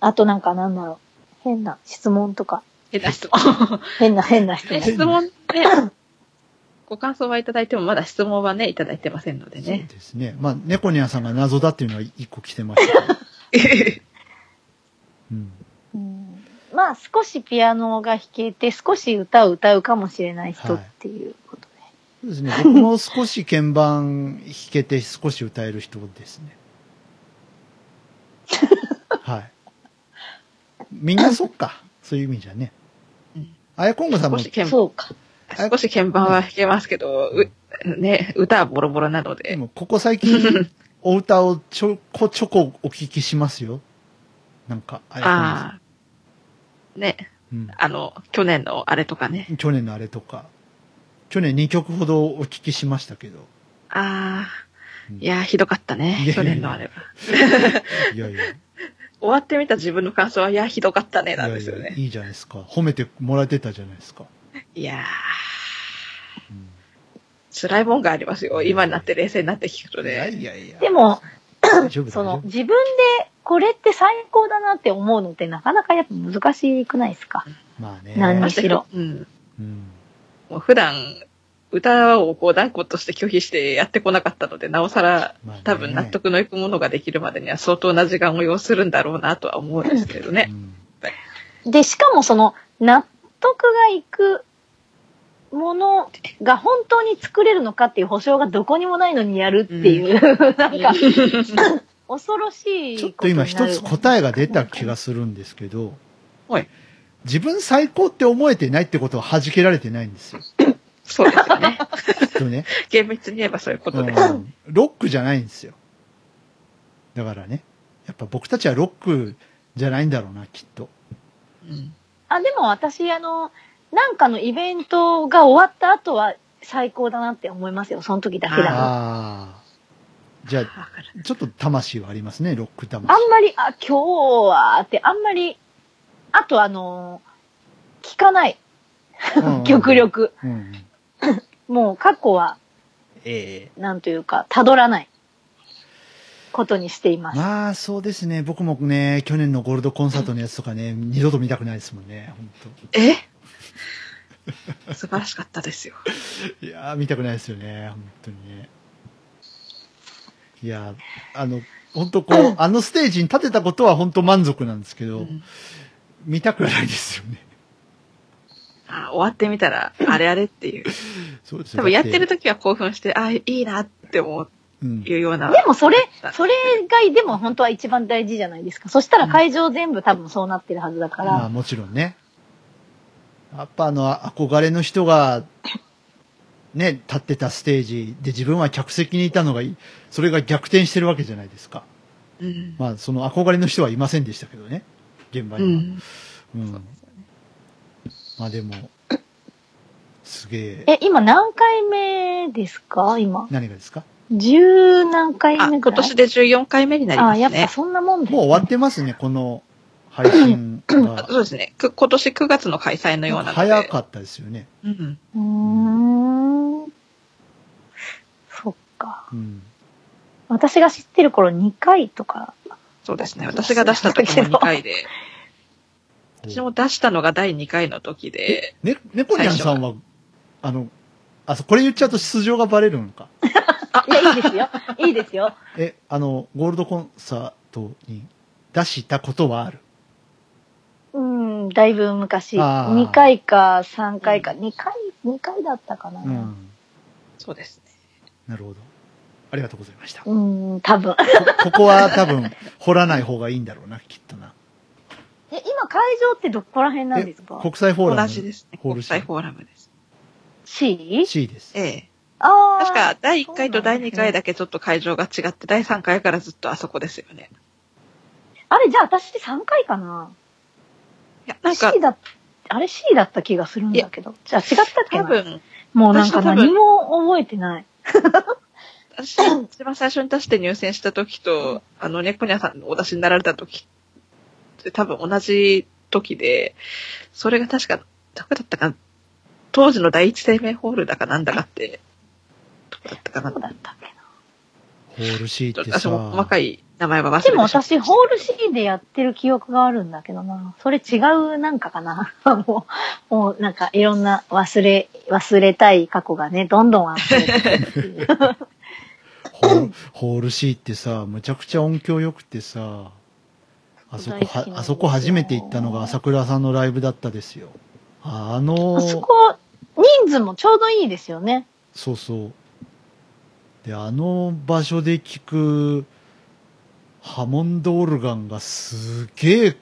Speaker 3: あとなんかなんだろう。変な質問とか。
Speaker 2: 変 な質問。
Speaker 3: 変な変な質
Speaker 2: え
Speaker 3: 問。
Speaker 2: 質問ね、ご感想はいただいても、まだ質問はね、いただいてませんので
Speaker 1: そう
Speaker 2: ね。
Speaker 1: ですね。まあ、猫ニャンさんが謎だっていうのは一個来てました けど。うん。
Speaker 3: うんまあ少しピアノが弾けて少し歌を歌うかもしれない人っていうことで。
Speaker 1: そうですね。僕も少し鍵盤弾けて少し歌える人です ね。はい。みんなそっか。そういう意味じゃね
Speaker 2: うん。
Speaker 1: あやこんごさんも
Speaker 2: 少、し鍵
Speaker 3: そうか。
Speaker 2: 少し鍵盤は弾けますけど、う ね、歌はボロボロなの
Speaker 1: で
Speaker 2: で。
Speaker 1: もここ最近、お歌をちょこちょこお聞きしますよ。なんか、あやこんごさ
Speaker 2: ああ。ね、
Speaker 1: ん
Speaker 2: あの、去年のあれとかね。
Speaker 1: うん。去年のあれとか。去年2曲ほどお聞きしましたけど。
Speaker 2: ああ
Speaker 1: う。ん
Speaker 2: いやー、ひどかった
Speaker 1: いや
Speaker 2: ね。
Speaker 1: いや
Speaker 2: 去
Speaker 1: いや
Speaker 2: 年のあれは。
Speaker 1: いやいや。
Speaker 2: 終わってみた自分の感想は、いやー、ひどかったね、なんですよ
Speaker 1: いやいや
Speaker 2: ね。
Speaker 1: いいじゃないですか。褒めてもらえてたじゃないですか。
Speaker 2: いや
Speaker 1: うん
Speaker 2: ー、辛いもんがありますよ。今になって冷静になって聞くと
Speaker 1: いや
Speaker 2: ね。
Speaker 1: いやいや。
Speaker 3: でも、
Speaker 1: 大丈夫、
Speaker 3: その
Speaker 1: 大丈夫
Speaker 3: 自分でこれって最高だなって思うのってなかなかやっぱ難しくないですか。
Speaker 1: まあね。
Speaker 3: 何
Speaker 2: ま
Speaker 3: に
Speaker 2: して
Speaker 3: しろ
Speaker 2: うん。
Speaker 1: うん。
Speaker 2: もう普段、歌をこう断固として拒否してやってこなかったので、なおさら
Speaker 1: まあね
Speaker 2: 多分納得のいくものができるまでには相当な時間を要するんだろうなとは思うんですけど
Speaker 1: う
Speaker 2: ね。
Speaker 1: ん
Speaker 3: で、しかもその、納得がいくものが本当に作れるのかっていう保証がどこにもないのにやるっていう、なん か、恐ろしい
Speaker 1: ちょっ
Speaker 3: ことにな
Speaker 1: 今
Speaker 3: る。
Speaker 1: 一つ答えが出た気がするんですけど、
Speaker 2: はい。
Speaker 1: 自分最高って思えてないってことは弾けられてないんです よ。
Speaker 2: そうですよね。
Speaker 1: きっとね。
Speaker 2: 厳密に言えばそういうこと
Speaker 1: う
Speaker 2: です。
Speaker 1: んロックじゃないんですよ。だからね。やっぱ僕たちはロックじゃないんだろうな、きっと。
Speaker 2: うん
Speaker 3: あ、でも私、あの、なんかのイベントが終わった後は最高だなって思いますよ。その時だけだ
Speaker 1: ああ。じゃあ、
Speaker 2: わかる。
Speaker 1: ちょっと魂はありますね、ロック魂。
Speaker 3: あんまり、あ、今日はって、あんまり、あとあのー聞かない。
Speaker 1: うん
Speaker 3: 極。力。
Speaker 1: うんうん。
Speaker 3: もう過去は、
Speaker 1: ええ
Speaker 3: なんというか、たどらないことにしています。
Speaker 1: まあ、そうですね。僕もね、去年のゴールドコンサートのやつとかね、二度と見たくないですもんね、本
Speaker 2: え素晴らしかったですよ。
Speaker 1: 当。いやー、見たくないですよね、本当にね。いやー、あの、本当こう、あのステージに立てたことは本当満足なんですけど、
Speaker 2: うん
Speaker 1: 見たくはないですよね。
Speaker 2: あ終わってみたら、あれあれっていう。
Speaker 1: そうです
Speaker 2: 多分やってる、時は興奮して、あ、いいなって思う
Speaker 1: うん、
Speaker 2: いうような。
Speaker 3: でもそれ
Speaker 2: だ、
Speaker 3: それが、でも本当は一番大事じゃないですか。そしたら会場全部多分そうなってるはずだから。
Speaker 1: まあもちろんね。やっぱあの、憧れの人が、ね、立ってたステージで自分は客席にいたのがい、それが逆転してるわけじゃないですか。
Speaker 2: うん。
Speaker 1: まあその憧れの人はいませんでしたけどね、現場
Speaker 2: う
Speaker 1: には。
Speaker 2: ん。
Speaker 1: うん。
Speaker 2: そうですよね
Speaker 1: まあでも、すげえ。
Speaker 3: え、今何回目ですか今。
Speaker 1: 何がですか
Speaker 3: 十何回目
Speaker 2: あ、
Speaker 3: ぐらい
Speaker 2: 今年で14回目になり
Speaker 3: あ、
Speaker 2: ますね。
Speaker 3: やっぱそんなもんで。
Speaker 1: もう終わってますね、この配 信
Speaker 2: あ
Speaker 1: が。
Speaker 2: そうですね。く今年9月の開催のようなので。
Speaker 1: 早かったですよね。
Speaker 2: うん。
Speaker 3: うーん。そっか。
Speaker 1: うん。
Speaker 3: 私が知ってる頃2回とか。
Speaker 2: そうですね。私が出した時も2回で。私も出したのが第2回の時で。
Speaker 1: ね、猫ニャンさんは、あの、あ、そうこれ言っちゃうと出場がバレるのか。
Speaker 3: いや、いいですよ。いいですよ。
Speaker 1: え、あの、ゴールドコンサートに出したことはある。
Speaker 3: うん、だいぶ昔。
Speaker 1: あー
Speaker 3: 2回か3回か。2回、2回だったかな。
Speaker 1: う。
Speaker 3: うん
Speaker 2: そうですね。
Speaker 1: なるほど。ありがとうございました。こ
Speaker 3: ーん、多分。
Speaker 1: ここは多分、掘らない方がいいんだろうな、きっとな。
Speaker 3: え、今会場ってどこら辺なん
Speaker 1: え
Speaker 3: ですか
Speaker 1: 国際フォーラム。
Speaker 2: 同じですね。
Speaker 1: ホール
Speaker 2: 国
Speaker 1: シー
Speaker 2: 際フォーラムです。
Speaker 3: ?C?
Speaker 1: C です。
Speaker 2: ええ。
Speaker 3: ああ。
Speaker 2: 確か、第1回と
Speaker 3: そうな
Speaker 2: 第
Speaker 3: んですね
Speaker 2: 2回だけちょっと会場が違って、第3回からずっとあそこですよね。
Speaker 3: あれ、じゃあ私3回かな。
Speaker 2: いや、なんか
Speaker 3: C、だ、あれ C だった気がするんだけど。じゃあ違ったっけ
Speaker 2: 多
Speaker 3: な
Speaker 2: 分、
Speaker 3: もうなんか
Speaker 2: 私多分
Speaker 3: 何も覚えてない。
Speaker 2: 私、一番最初に出して入選した時と、あの、猫ニャさんのお出しになられた時って多分同じ時で、それが確か、どこだったか、当時の第一生命ホールだかなんだかって、どこだったか
Speaker 3: どう
Speaker 2: な。
Speaker 3: だったっけな。
Speaker 1: ホール C っ
Speaker 2: ちょってと
Speaker 1: さ。
Speaker 2: 私も細かい名前は忘れて
Speaker 3: でも
Speaker 2: しまった
Speaker 3: 私、ホール C でやってる記憶があるんだけどな。それ違うなんかかな。 もう、もうなんかいろんな忘れ、忘れたい過去がね、どんどん忘れてくっていう
Speaker 1: ホーホール C ってさ、むちゃくちゃ音響良くてさ、あそこ
Speaker 3: 大好きなん
Speaker 1: は
Speaker 3: です、よ
Speaker 1: あそこ初めて行ったのが朝倉さんのライブだったですよ。ああの
Speaker 3: あそこ、人数もちょうどいいですよね。
Speaker 1: そうそう。で、あの場所で聞くハモンドオルガンがすげえ、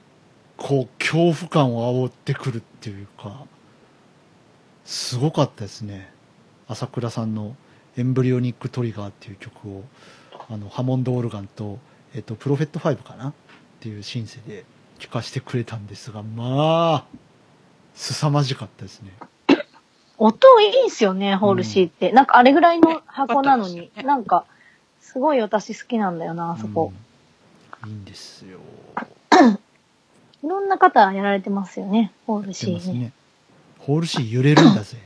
Speaker 1: こう、恐怖感を煽ってくるっていうか、すごかったですね。朝倉さんのエンブリオニックトリガーっていう曲を、あの、ハモンドオルガンと、えっと、プロフェット5かなっていうシンセで聴かせてくれたんですが、まあ、凄まじかったですね。
Speaker 3: 音いいんすよね、ホール C って。なんかあれぐらいの箱なの
Speaker 2: よかっ
Speaker 3: に
Speaker 2: たで。すよね
Speaker 3: なんか、すごい私好きなんだよな、あそこ。
Speaker 1: うん。いいんですよ。
Speaker 3: いろんな方やられてますよね、ホール C
Speaker 1: やってます
Speaker 3: ね。
Speaker 1: ね。ホール C 揺れるんだぜ。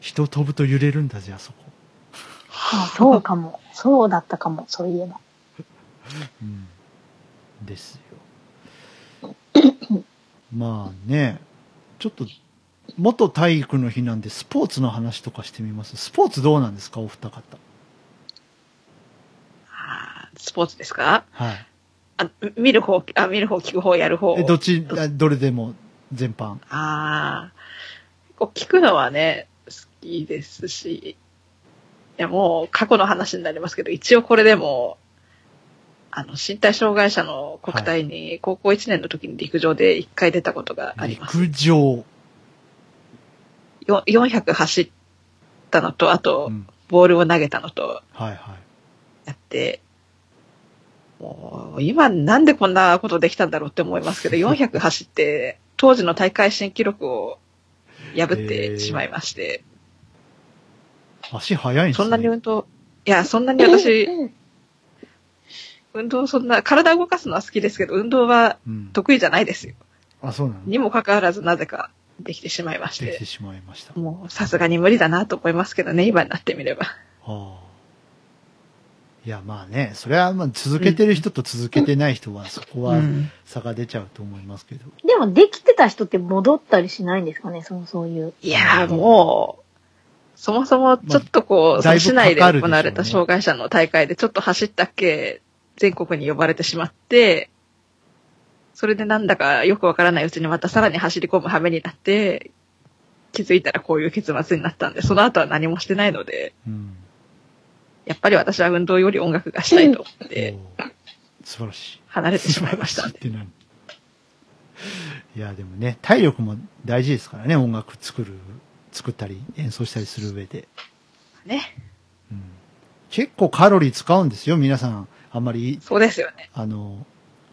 Speaker 1: 人飛ぶと揺れるんだぜ、あそこ。
Speaker 3: あそうかも。そうだったかも、そういえば。
Speaker 1: うん。ですよ。まあね、ちょっと、元体育の日なんでスポーツの話とかしてみます。スポーツどうなんですか、お二方。
Speaker 2: あースポーツですか
Speaker 1: はい。
Speaker 2: あ、見る方、あ、見る方、聞く方、やる方。
Speaker 1: え、どっち、あどれでも全般。
Speaker 2: ああ、結構聞くのはね、好きですし、いやもう過去の話になりますけど、一応これでも、あの、身体障害者の国体に高校1年の時に陸上で1回出たことがあります。
Speaker 1: 陸上。
Speaker 2: よ400走ったのと、あ
Speaker 1: う
Speaker 2: と、
Speaker 1: ん。
Speaker 2: ボールを投げたのと、
Speaker 1: はいはい。
Speaker 2: やって、もう、今なんでこんなことできたんだろうって思いますけど、400走って、当時の大会新記録を破ってしまいまして。
Speaker 1: 足早いんです
Speaker 2: そ
Speaker 1: ね。
Speaker 2: んなに運動、いや、そんなに私、運動そんな、体動かすのは好きですけど、運動は
Speaker 1: うん、
Speaker 2: 得意じゃないですよ。
Speaker 1: あ、そうなの
Speaker 2: にもかかわらずなぜかできてしまいまし
Speaker 1: でき
Speaker 2: て
Speaker 1: て。しまいました。あ
Speaker 2: もうさすがに無理だなと思いますけどね、今になってみれば。
Speaker 1: あ。いや、まあね、それはまあ続けてる人と続けてない人は、そこは
Speaker 2: うん
Speaker 1: 差が出ちゃうと思いますけど。
Speaker 3: でも、できてた人って戻ったりしないんですかね、そのそういう。
Speaker 2: いやーもう、そもそもちょっとこ
Speaker 1: まあ
Speaker 2: う、
Speaker 1: だいぶ
Speaker 2: 市内で
Speaker 1: かかるでし
Speaker 2: 行
Speaker 1: ょうね
Speaker 2: われた障害者の大会でちょっと走ったっけ、全国に呼ばれてしまって、それでなんだかよくわからないうちにまたさらに走り込む羽目になって、気づいたらこういう結末になったんで、その後は何もしてないので、
Speaker 1: うん。
Speaker 2: やっぱり私は運動より音楽がしたいと思って、
Speaker 1: おー素晴らしい。
Speaker 2: 離れてしまいましたんで。
Speaker 1: って何いや、でもね、体力も大事ですからね、音楽作る、作ったり演奏したりする上で。
Speaker 2: ね。
Speaker 1: うん、結構カロリー使うんですよ、皆さん。あんまり、
Speaker 2: そうですよね。
Speaker 1: あの、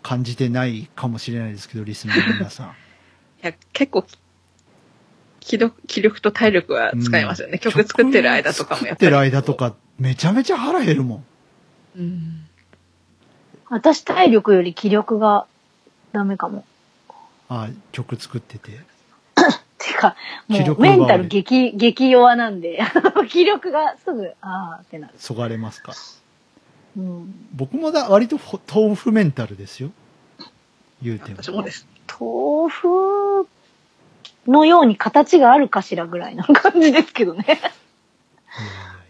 Speaker 1: 感じてないかもしれないですけど、リスナーの皆さん。
Speaker 2: いや、結構、気力、気力と体力は使いますよね。曲作ってる間とかもやっぱり。
Speaker 1: 作ってる間とか、めちゃめちゃ腹減るもん。
Speaker 2: うん。
Speaker 3: 私、体力より気力がダメかも。
Speaker 1: あ曲作ってて。
Speaker 3: てか、
Speaker 1: 気
Speaker 3: もう
Speaker 1: 力奪わ
Speaker 3: メ
Speaker 1: れる
Speaker 3: ンタル激、激弱なんで、 気力がすぐ、あーってなる。
Speaker 1: そがれますか。
Speaker 3: うん。
Speaker 1: 僕もだ、割とほ豆腐メンタルですよ。言うても。
Speaker 2: 私もです。
Speaker 3: 豆腐のように形があるかしらぐらいな感じですけどね。
Speaker 1: いやいや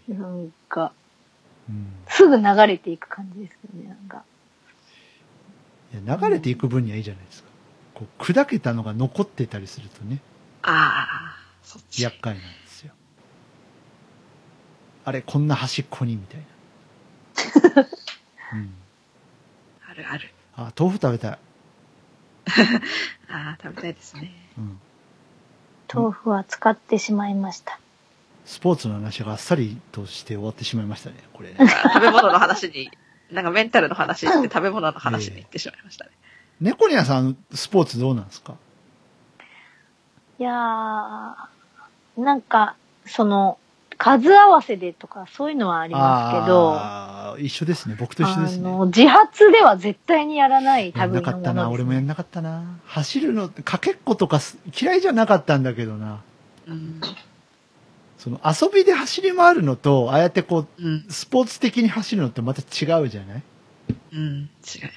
Speaker 1: いや
Speaker 3: なんか、
Speaker 1: うん
Speaker 3: すぐ流れていく感じですけどね、なんか。
Speaker 1: いや流れていく分にはいいじゃないですか。こう砕けたのが残ってたりするとね、
Speaker 2: ああ、そっち。
Speaker 1: 厄介なんですよ。あれ、こんな端っこにみたいな。うん、
Speaker 2: あるある。
Speaker 1: あ、豆腐食べたい。
Speaker 2: ああ、食べたいですね。
Speaker 1: うん、
Speaker 3: 豆腐は使ってしまいました。
Speaker 1: スポーツの話があっさりとして終わってしまいましたね、これね、
Speaker 2: あ ー食べ物の話に、なんかメンタルの話って食べ物の話に行ってしまいましたね。
Speaker 1: 猫ニャさん、スポーツどうなんですか
Speaker 3: いやー、なんか、その、数合わせでとかそういうのはありますけど、
Speaker 1: あー一緒ですね。僕と一緒ですね。
Speaker 3: の、自発では絶対にやらない
Speaker 1: やんな
Speaker 3: 類のものです、
Speaker 1: か
Speaker 3: ね。
Speaker 1: ったな。俺もやんなかったな。走るの、かけっことかす嫌いじゃなかったんだけどな。
Speaker 2: うん。
Speaker 1: その遊びで走り回るのと、ああやってこ
Speaker 2: うん
Speaker 1: う、。スポーツ的に走るのってまた違うじゃない
Speaker 2: うん。違いますね。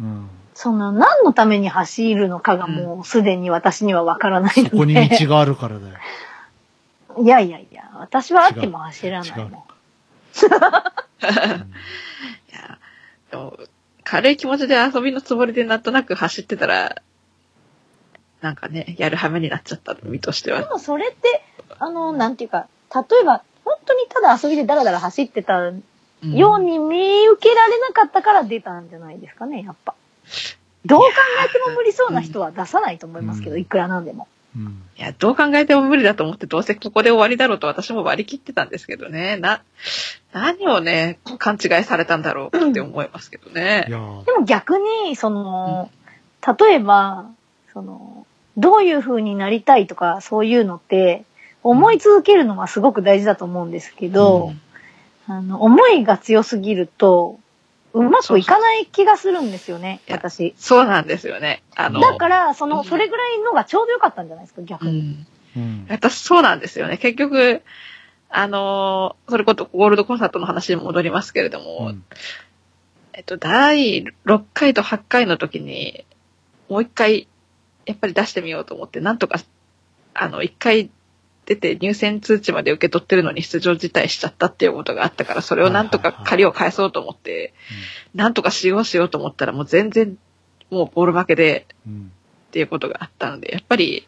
Speaker 1: うん。
Speaker 3: その、何のために走るのかがもうすでに私にはわからないの
Speaker 1: そ
Speaker 3: で。
Speaker 1: こに道があるからだよ。
Speaker 3: いやいやいや、私はあっても走ら
Speaker 1: 違
Speaker 3: ないうもん。
Speaker 1: のか。
Speaker 2: いやー、でも、軽い気持ちで遊びのつもりでなんとなく走ってたら、なんかね、やる羽目になっちゃった身として
Speaker 3: で
Speaker 2: は。
Speaker 3: もそれって、あの、なんていうか、例えば、本当にただ遊びでダラダラ走ってた
Speaker 2: うん
Speaker 3: ように見受けられなかったから出たんじゃないですかね、やっぱ。どう考えても無理そうな人は出さないと思いますけど、
Speaker 1: うん
Speaker 3: いくらなんでも。
Speaker 1: うん。
Speaker 2: いや、どう考えても無理だと思って、どうせここで終わりだろうと私も割り切ってたんですけどね。な、何をね、勘違いされたんだろうって思いますけど
Speaker 1: い
Speaker 2: ね。
Speaker 1: やー
Speaker 3: でも逆に、その、例えば、その、どういう風になりたいとか、そういうのって、思い続けるのはすごく大事だと思うんですけど、あの、思いが強すぎると、うまくいかない気がするんですよね、
Speaker 2: そうそう
Speaker 3: 私。
Speaker 2: そうなんですよね。あの、
Speaker 3: だから、そうの、
Speaker 2: ん
Speaker 3: それぐらいのがちょうどよかったんじゃないですか、逆
Speaker 2: う
Speaker 3: に。
Speaker 2: ん、
Speaker 1: うん。
Speaker 2: 私そうなんですよね。結局、あのーそれこそゴールドコンサートの話に戻りますけれども、
Speaker 1: うん
Speaker 2: えっと、第6回と8回の時に、もう一回、やっぱり出してみようと思って、なんとか、あの、一回出て入選通知まで受け取ってるのに出場辞退しちゃったっていうことがあったから、それをなんと
Speaker 1: はい
Speaker 2: か
Speaker 1: はいはい
Speaker 2: 借りを返そうと思って、なんとかしようしようと思ったら、もう全然、もうボール負けで
Speaker 1: うん。
Speaker 2: っていうことがあったので、やっぱり、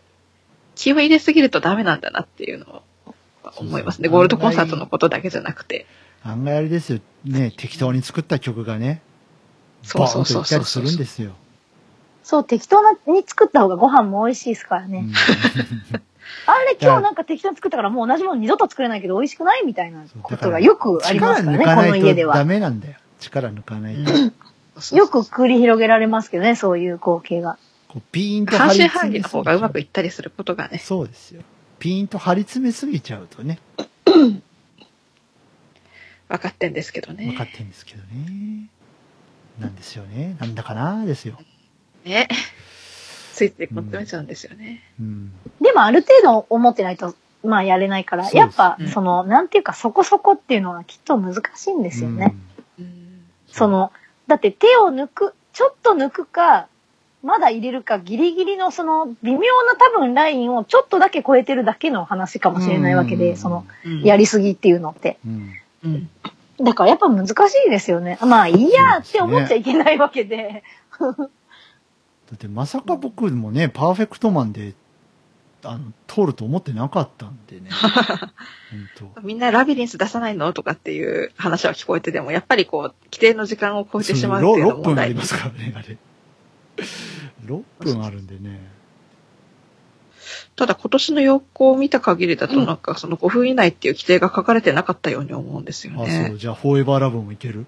Speaker 2: 気を入れすぎるとダメなんだなっていうのを思いますね。
Speaker 1: そうそう
Speaker 2: ゴールドコンサートのことだけじゃなくて。
Speaker 1: 案外あれですよ。ね、適当に作った曲がね、
Speaker 2: そ
Speaker 1: バ
Speaker 2: うそ
Speaker 1: ーン
Speaker 2: う
Speaker 1: とい
Speaker 2: そ
Speaker 1: った
Speaker 2: うそ
Speaker 1: り
Speaker 2: う
Speaker 1: す
Speaker 2: そう。
Speaker 1: るんですよ。
Speaker 3: そう、適当なに作った方がご飯も美味しいですからね。
Speaker 1: うん
Speaker 3: あれ、今日なんか適当に作ったからもう同じもの二度と作れないけど美味しくないみたいな
Speaker 1: そう
Speaker 3: こ
Speaker 1: だか
Speaker 3: と
Speaker 1: ら
Speaker 3: がよくありま
Speaker 1: 力
Speaker 3: すから
Speaker 1: 抜
Speaker 3: ね、
Speaker 1: か
Speaker 3: この
Speaker 1: な
Speaker 3: 家
Speaker 1: い
Speaker 3: で
Speaker 1: とダ
Speaker 3: は。
Speaker 1: メなんだよ。力抜かないと。
Speaker 2: うん
Speaker 3: よく繰り広げられますけどね、そういう光景が。
Speaker 1: こうピーンと
Speaker 2: 半
Speaker 1: 張り
Speaker 2: 信
Speaker 1: 詰
Speaker 2: 半疑
Speaker 1: め
Speaker 2: の
Speaker 1: すぎ
Speaker 2: 方がうまくいったりすることがね、
Speaker 1: そうですよ。ピンと張り詰めすぎちゃうとね、
Speaker 2: 分かってんですけどね。
Speaker 1: 分かってるんですけどね。なんですよね。なんだかなですよ。
Speaker 2: ね。ついついこう詰めちゃうんですよね。
Speaker 1: うん。
Speaker 3: でもある程度思ってないと、まあやれないから、
Speaker 1: そうです
Speaker 3: やっぱ
Speaker 2: うん、
Speaker 3: その、なんていうか、そこそこっていうのはきっと難しいんですよ
Speaker 2: う
Speaker 3: ね。
Speaker 2: ん
Speaker 3: その、だって手を抜く、ちょっと抜くか、まだ入れるか、ギリギリのその、微妙な多分ラインをちょっとだけ超えてるだけの話か
Speaker 1: うん
Speaker 3: もしれないわけ
Speaker 1: う
Speaker 3: で、
Speaker 1: ん
Speaker 3: その、やりすぎっていうのって。
Speaker 1: うん。
Speaker 2: うん
Speaker 3: だからやっぱ難しいですよね。まあ、いいやって思っちゃいけないわけで。
Speaker 1: だってまさか僕もね、パーフェクトマンで、あの、通ると思ってなかったんでね。本
Speaker 2: みんなラビリンス出さないのとかっていう話は聞こえてでも、やっぱりこう、規定の時間を超
Speaker 1: 当
Speaker 2: えてしまうっていうの
Speaker 1: 6
Speaker 2: も問
Speaker 1: 分あ
Speaker 2: 題
Speaker 1: りますからね、あれ。6分あるんでね。
Speaker 2: ただ今年の要項を見た限りだと、なんかその5分以内っていう規定が書かれてなかったように思うんですよ
Speaker 1: あ、そ
Speaker 2: ね
Speaker 1: う。。じゃあ、フォーエバーラブもいける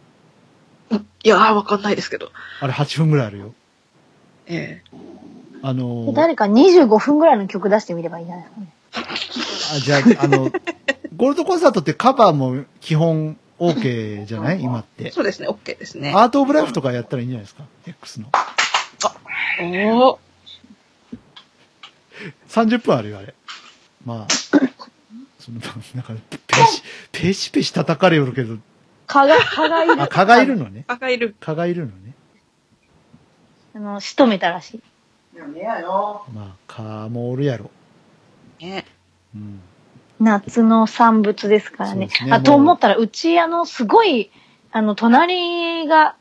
Speaker 2: いやー、わかんないですけど。
Speaker 1: あれ8分ぐらいあるよ。
Speaker 2: ええ
Speaker 1: あのー
Speaker 3: 誰か25分ぐらいの曲出してみればいいんじゃないですかね。
Speaker 1: あじゃあ、あの、ゴールドコンサートってカバーも基本 OK じゃ ない今って。
Speaker 2: そうですね、OK ですね。
Speaker 1: アートオブライフとかやったらいいんじゃないですか ?X の。
Speaker 2: おー
Speaker 1: 30分あるよ、あれ。まあ、その、なんか、ペシ、ペシペシ叩かれよるけど、
Speaker 3: 蚊が、蚊がい る。
Speaker 1: あ、蚊がいるのね。
Speaker 2: 赤いる。
Speaker 1: 蚊がいるのね。
Speaker 3: あの、仕留めたらしい。
Speaker 1: まあ、蚊もおるやろ。
Speaker 2: ね。
Speaker 1: うん。
Speaker 3: 夏の産物ですから
Speaker 1: そう
Speaker 3: ね
Speaker 1: で。すね
Speaker 3: あ
Speaker 1: もう
Speaker 3: と思ったら、うち、あの、すごい、あの、隣が、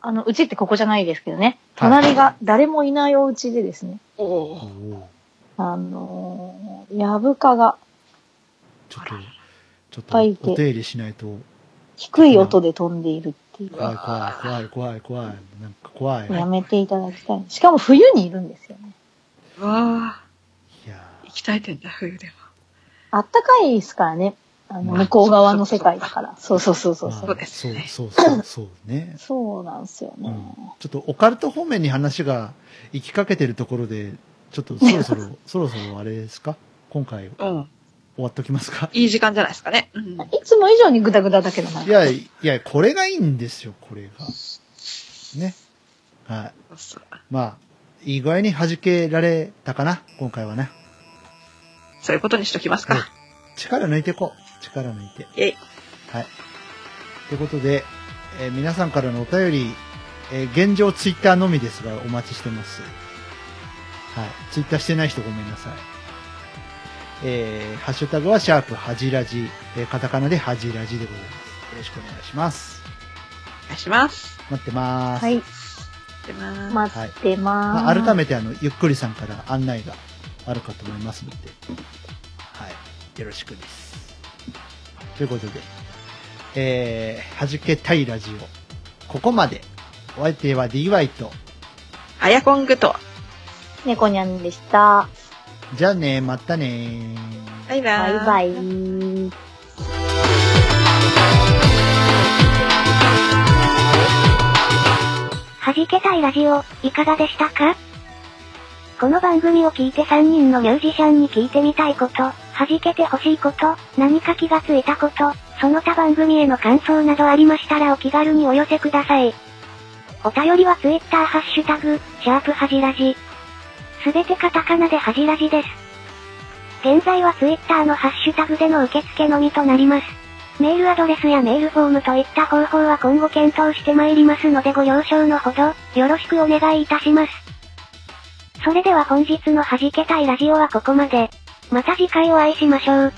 Speaker 3: あの、うちってここじゃないですけどね。
Speaker 1: はい
Speaker 3: 隣が誰もいないお家でですね。
Speaker 2: お
Speaker 1: お
Speaker 2: ー
Speaker 1: お
Speaker 3: あのー、ヤブカが
Speaker 1: ちょっと、
Speaker 3: ぱ
Speaker 1: ち
Speaker 3: い
Speaker 1: ょ
Speaker 3: い
Speaker 1: ってと、お手入れしないと、
Speaker 3: 低い音で飛んでいるっていう。
Speaker 1: 怖い怖い怖い怖い怖い。なんか怖い。
Speaker 3: やめていただきたい。しかも冬にいるんですよね。
Speaker 2: わ
Speaker 1: いや
Speaker 2: ー、行きたいんだ、冬では。
Speaker 3: あったかいですからね。あの、
Speaker 1: まあ
Speaker 3: 向こう側の世界だから。そうそうそうそ
Speaker 1: ー
Speaker 3: う
Speaker 1: まあ
Speaker 3: そ
Speaker 2: そう
Speaker 3: う。
Speaker 2: ですね
Speaker 1: そうそうそうそうね。
Speaker 3: そうなんですよ
Speaker 1: う
Speaker 3: ね。
Speaker 1: んちょっとオカルト方面に話が行きかけてるところで、ちょっとそろそ ろ、そろそろあれですか今回終
Speaker 2: うん。
Speaker 1: わっときますか。
Speaker 2: いい時間じゃないですかね。うん。
Speaker 3: いつも以上にグダグダだけどない
Speaker 1: や、いや、これがいいんですよ、これが。ね。はい。
Speaker 2: そう
Speaker 1: まあ、いい具合に弾けられたかな、今回はね。
Speaker 2: そういうことにしときます
Speaker 1: うん
Speaker 2: か。
Speaker 1: 力抜いていこう。力抜いて。
Speaker 2: イェイ。
Speaker 1: はい。ということで、えー皆さんからのお便り、えー現状ツイッターのみですが、お待ちしてます。はい。ツイッターしてない人ごめんなさい。えーハッシュタグは、シャープはじらじ、えーカタカナではじらじでございます。よろしくお願いします。
Speaker 2: お願いします。
Speaker 1: 待ってます。
Speaker 3: はい。
Speaker 2: 出ます。
Speaker 3: 待ってま
Speaker 1: まあ、
Speaker 3: ーす。
Speaker 1: 改めてあのゆっくりさんから案内があるかと思いますので、はい、よろしくです。ということで、えー、はじけたいラジオ、ここまで。お相手は DY と、
Speaker 2: あやこんぐと。
Speaker 3: 猫にゃんでした。
Speaker 1: じゃあね、またねー。
Speaker 2: バイバ
Speaker 3: バ
Speaker 2: イ。
Speaker 3: イバイ。
Speaker 4: 弾けたいラジオ、いかがでしたかこの番組を聞いて3人のミュージシャンに聞いてみたいこと、弾けてほしいこと、何か気がついたこと、その他番組への感想などありましたらお気軽にお寄せください。お便りは Twitter ハッシュタグ、シャープはじらじ。すべてカタカナではじらじです。現在は Twitter のハッシュタグでの受付のみとなります。メールアドレスやメールフォームといった方法は今後検討してまいりますのでご了承のほど、よろしくお願いいたします。それでは本日の弾けたいラジオはここまで。また次回お会いしましょう。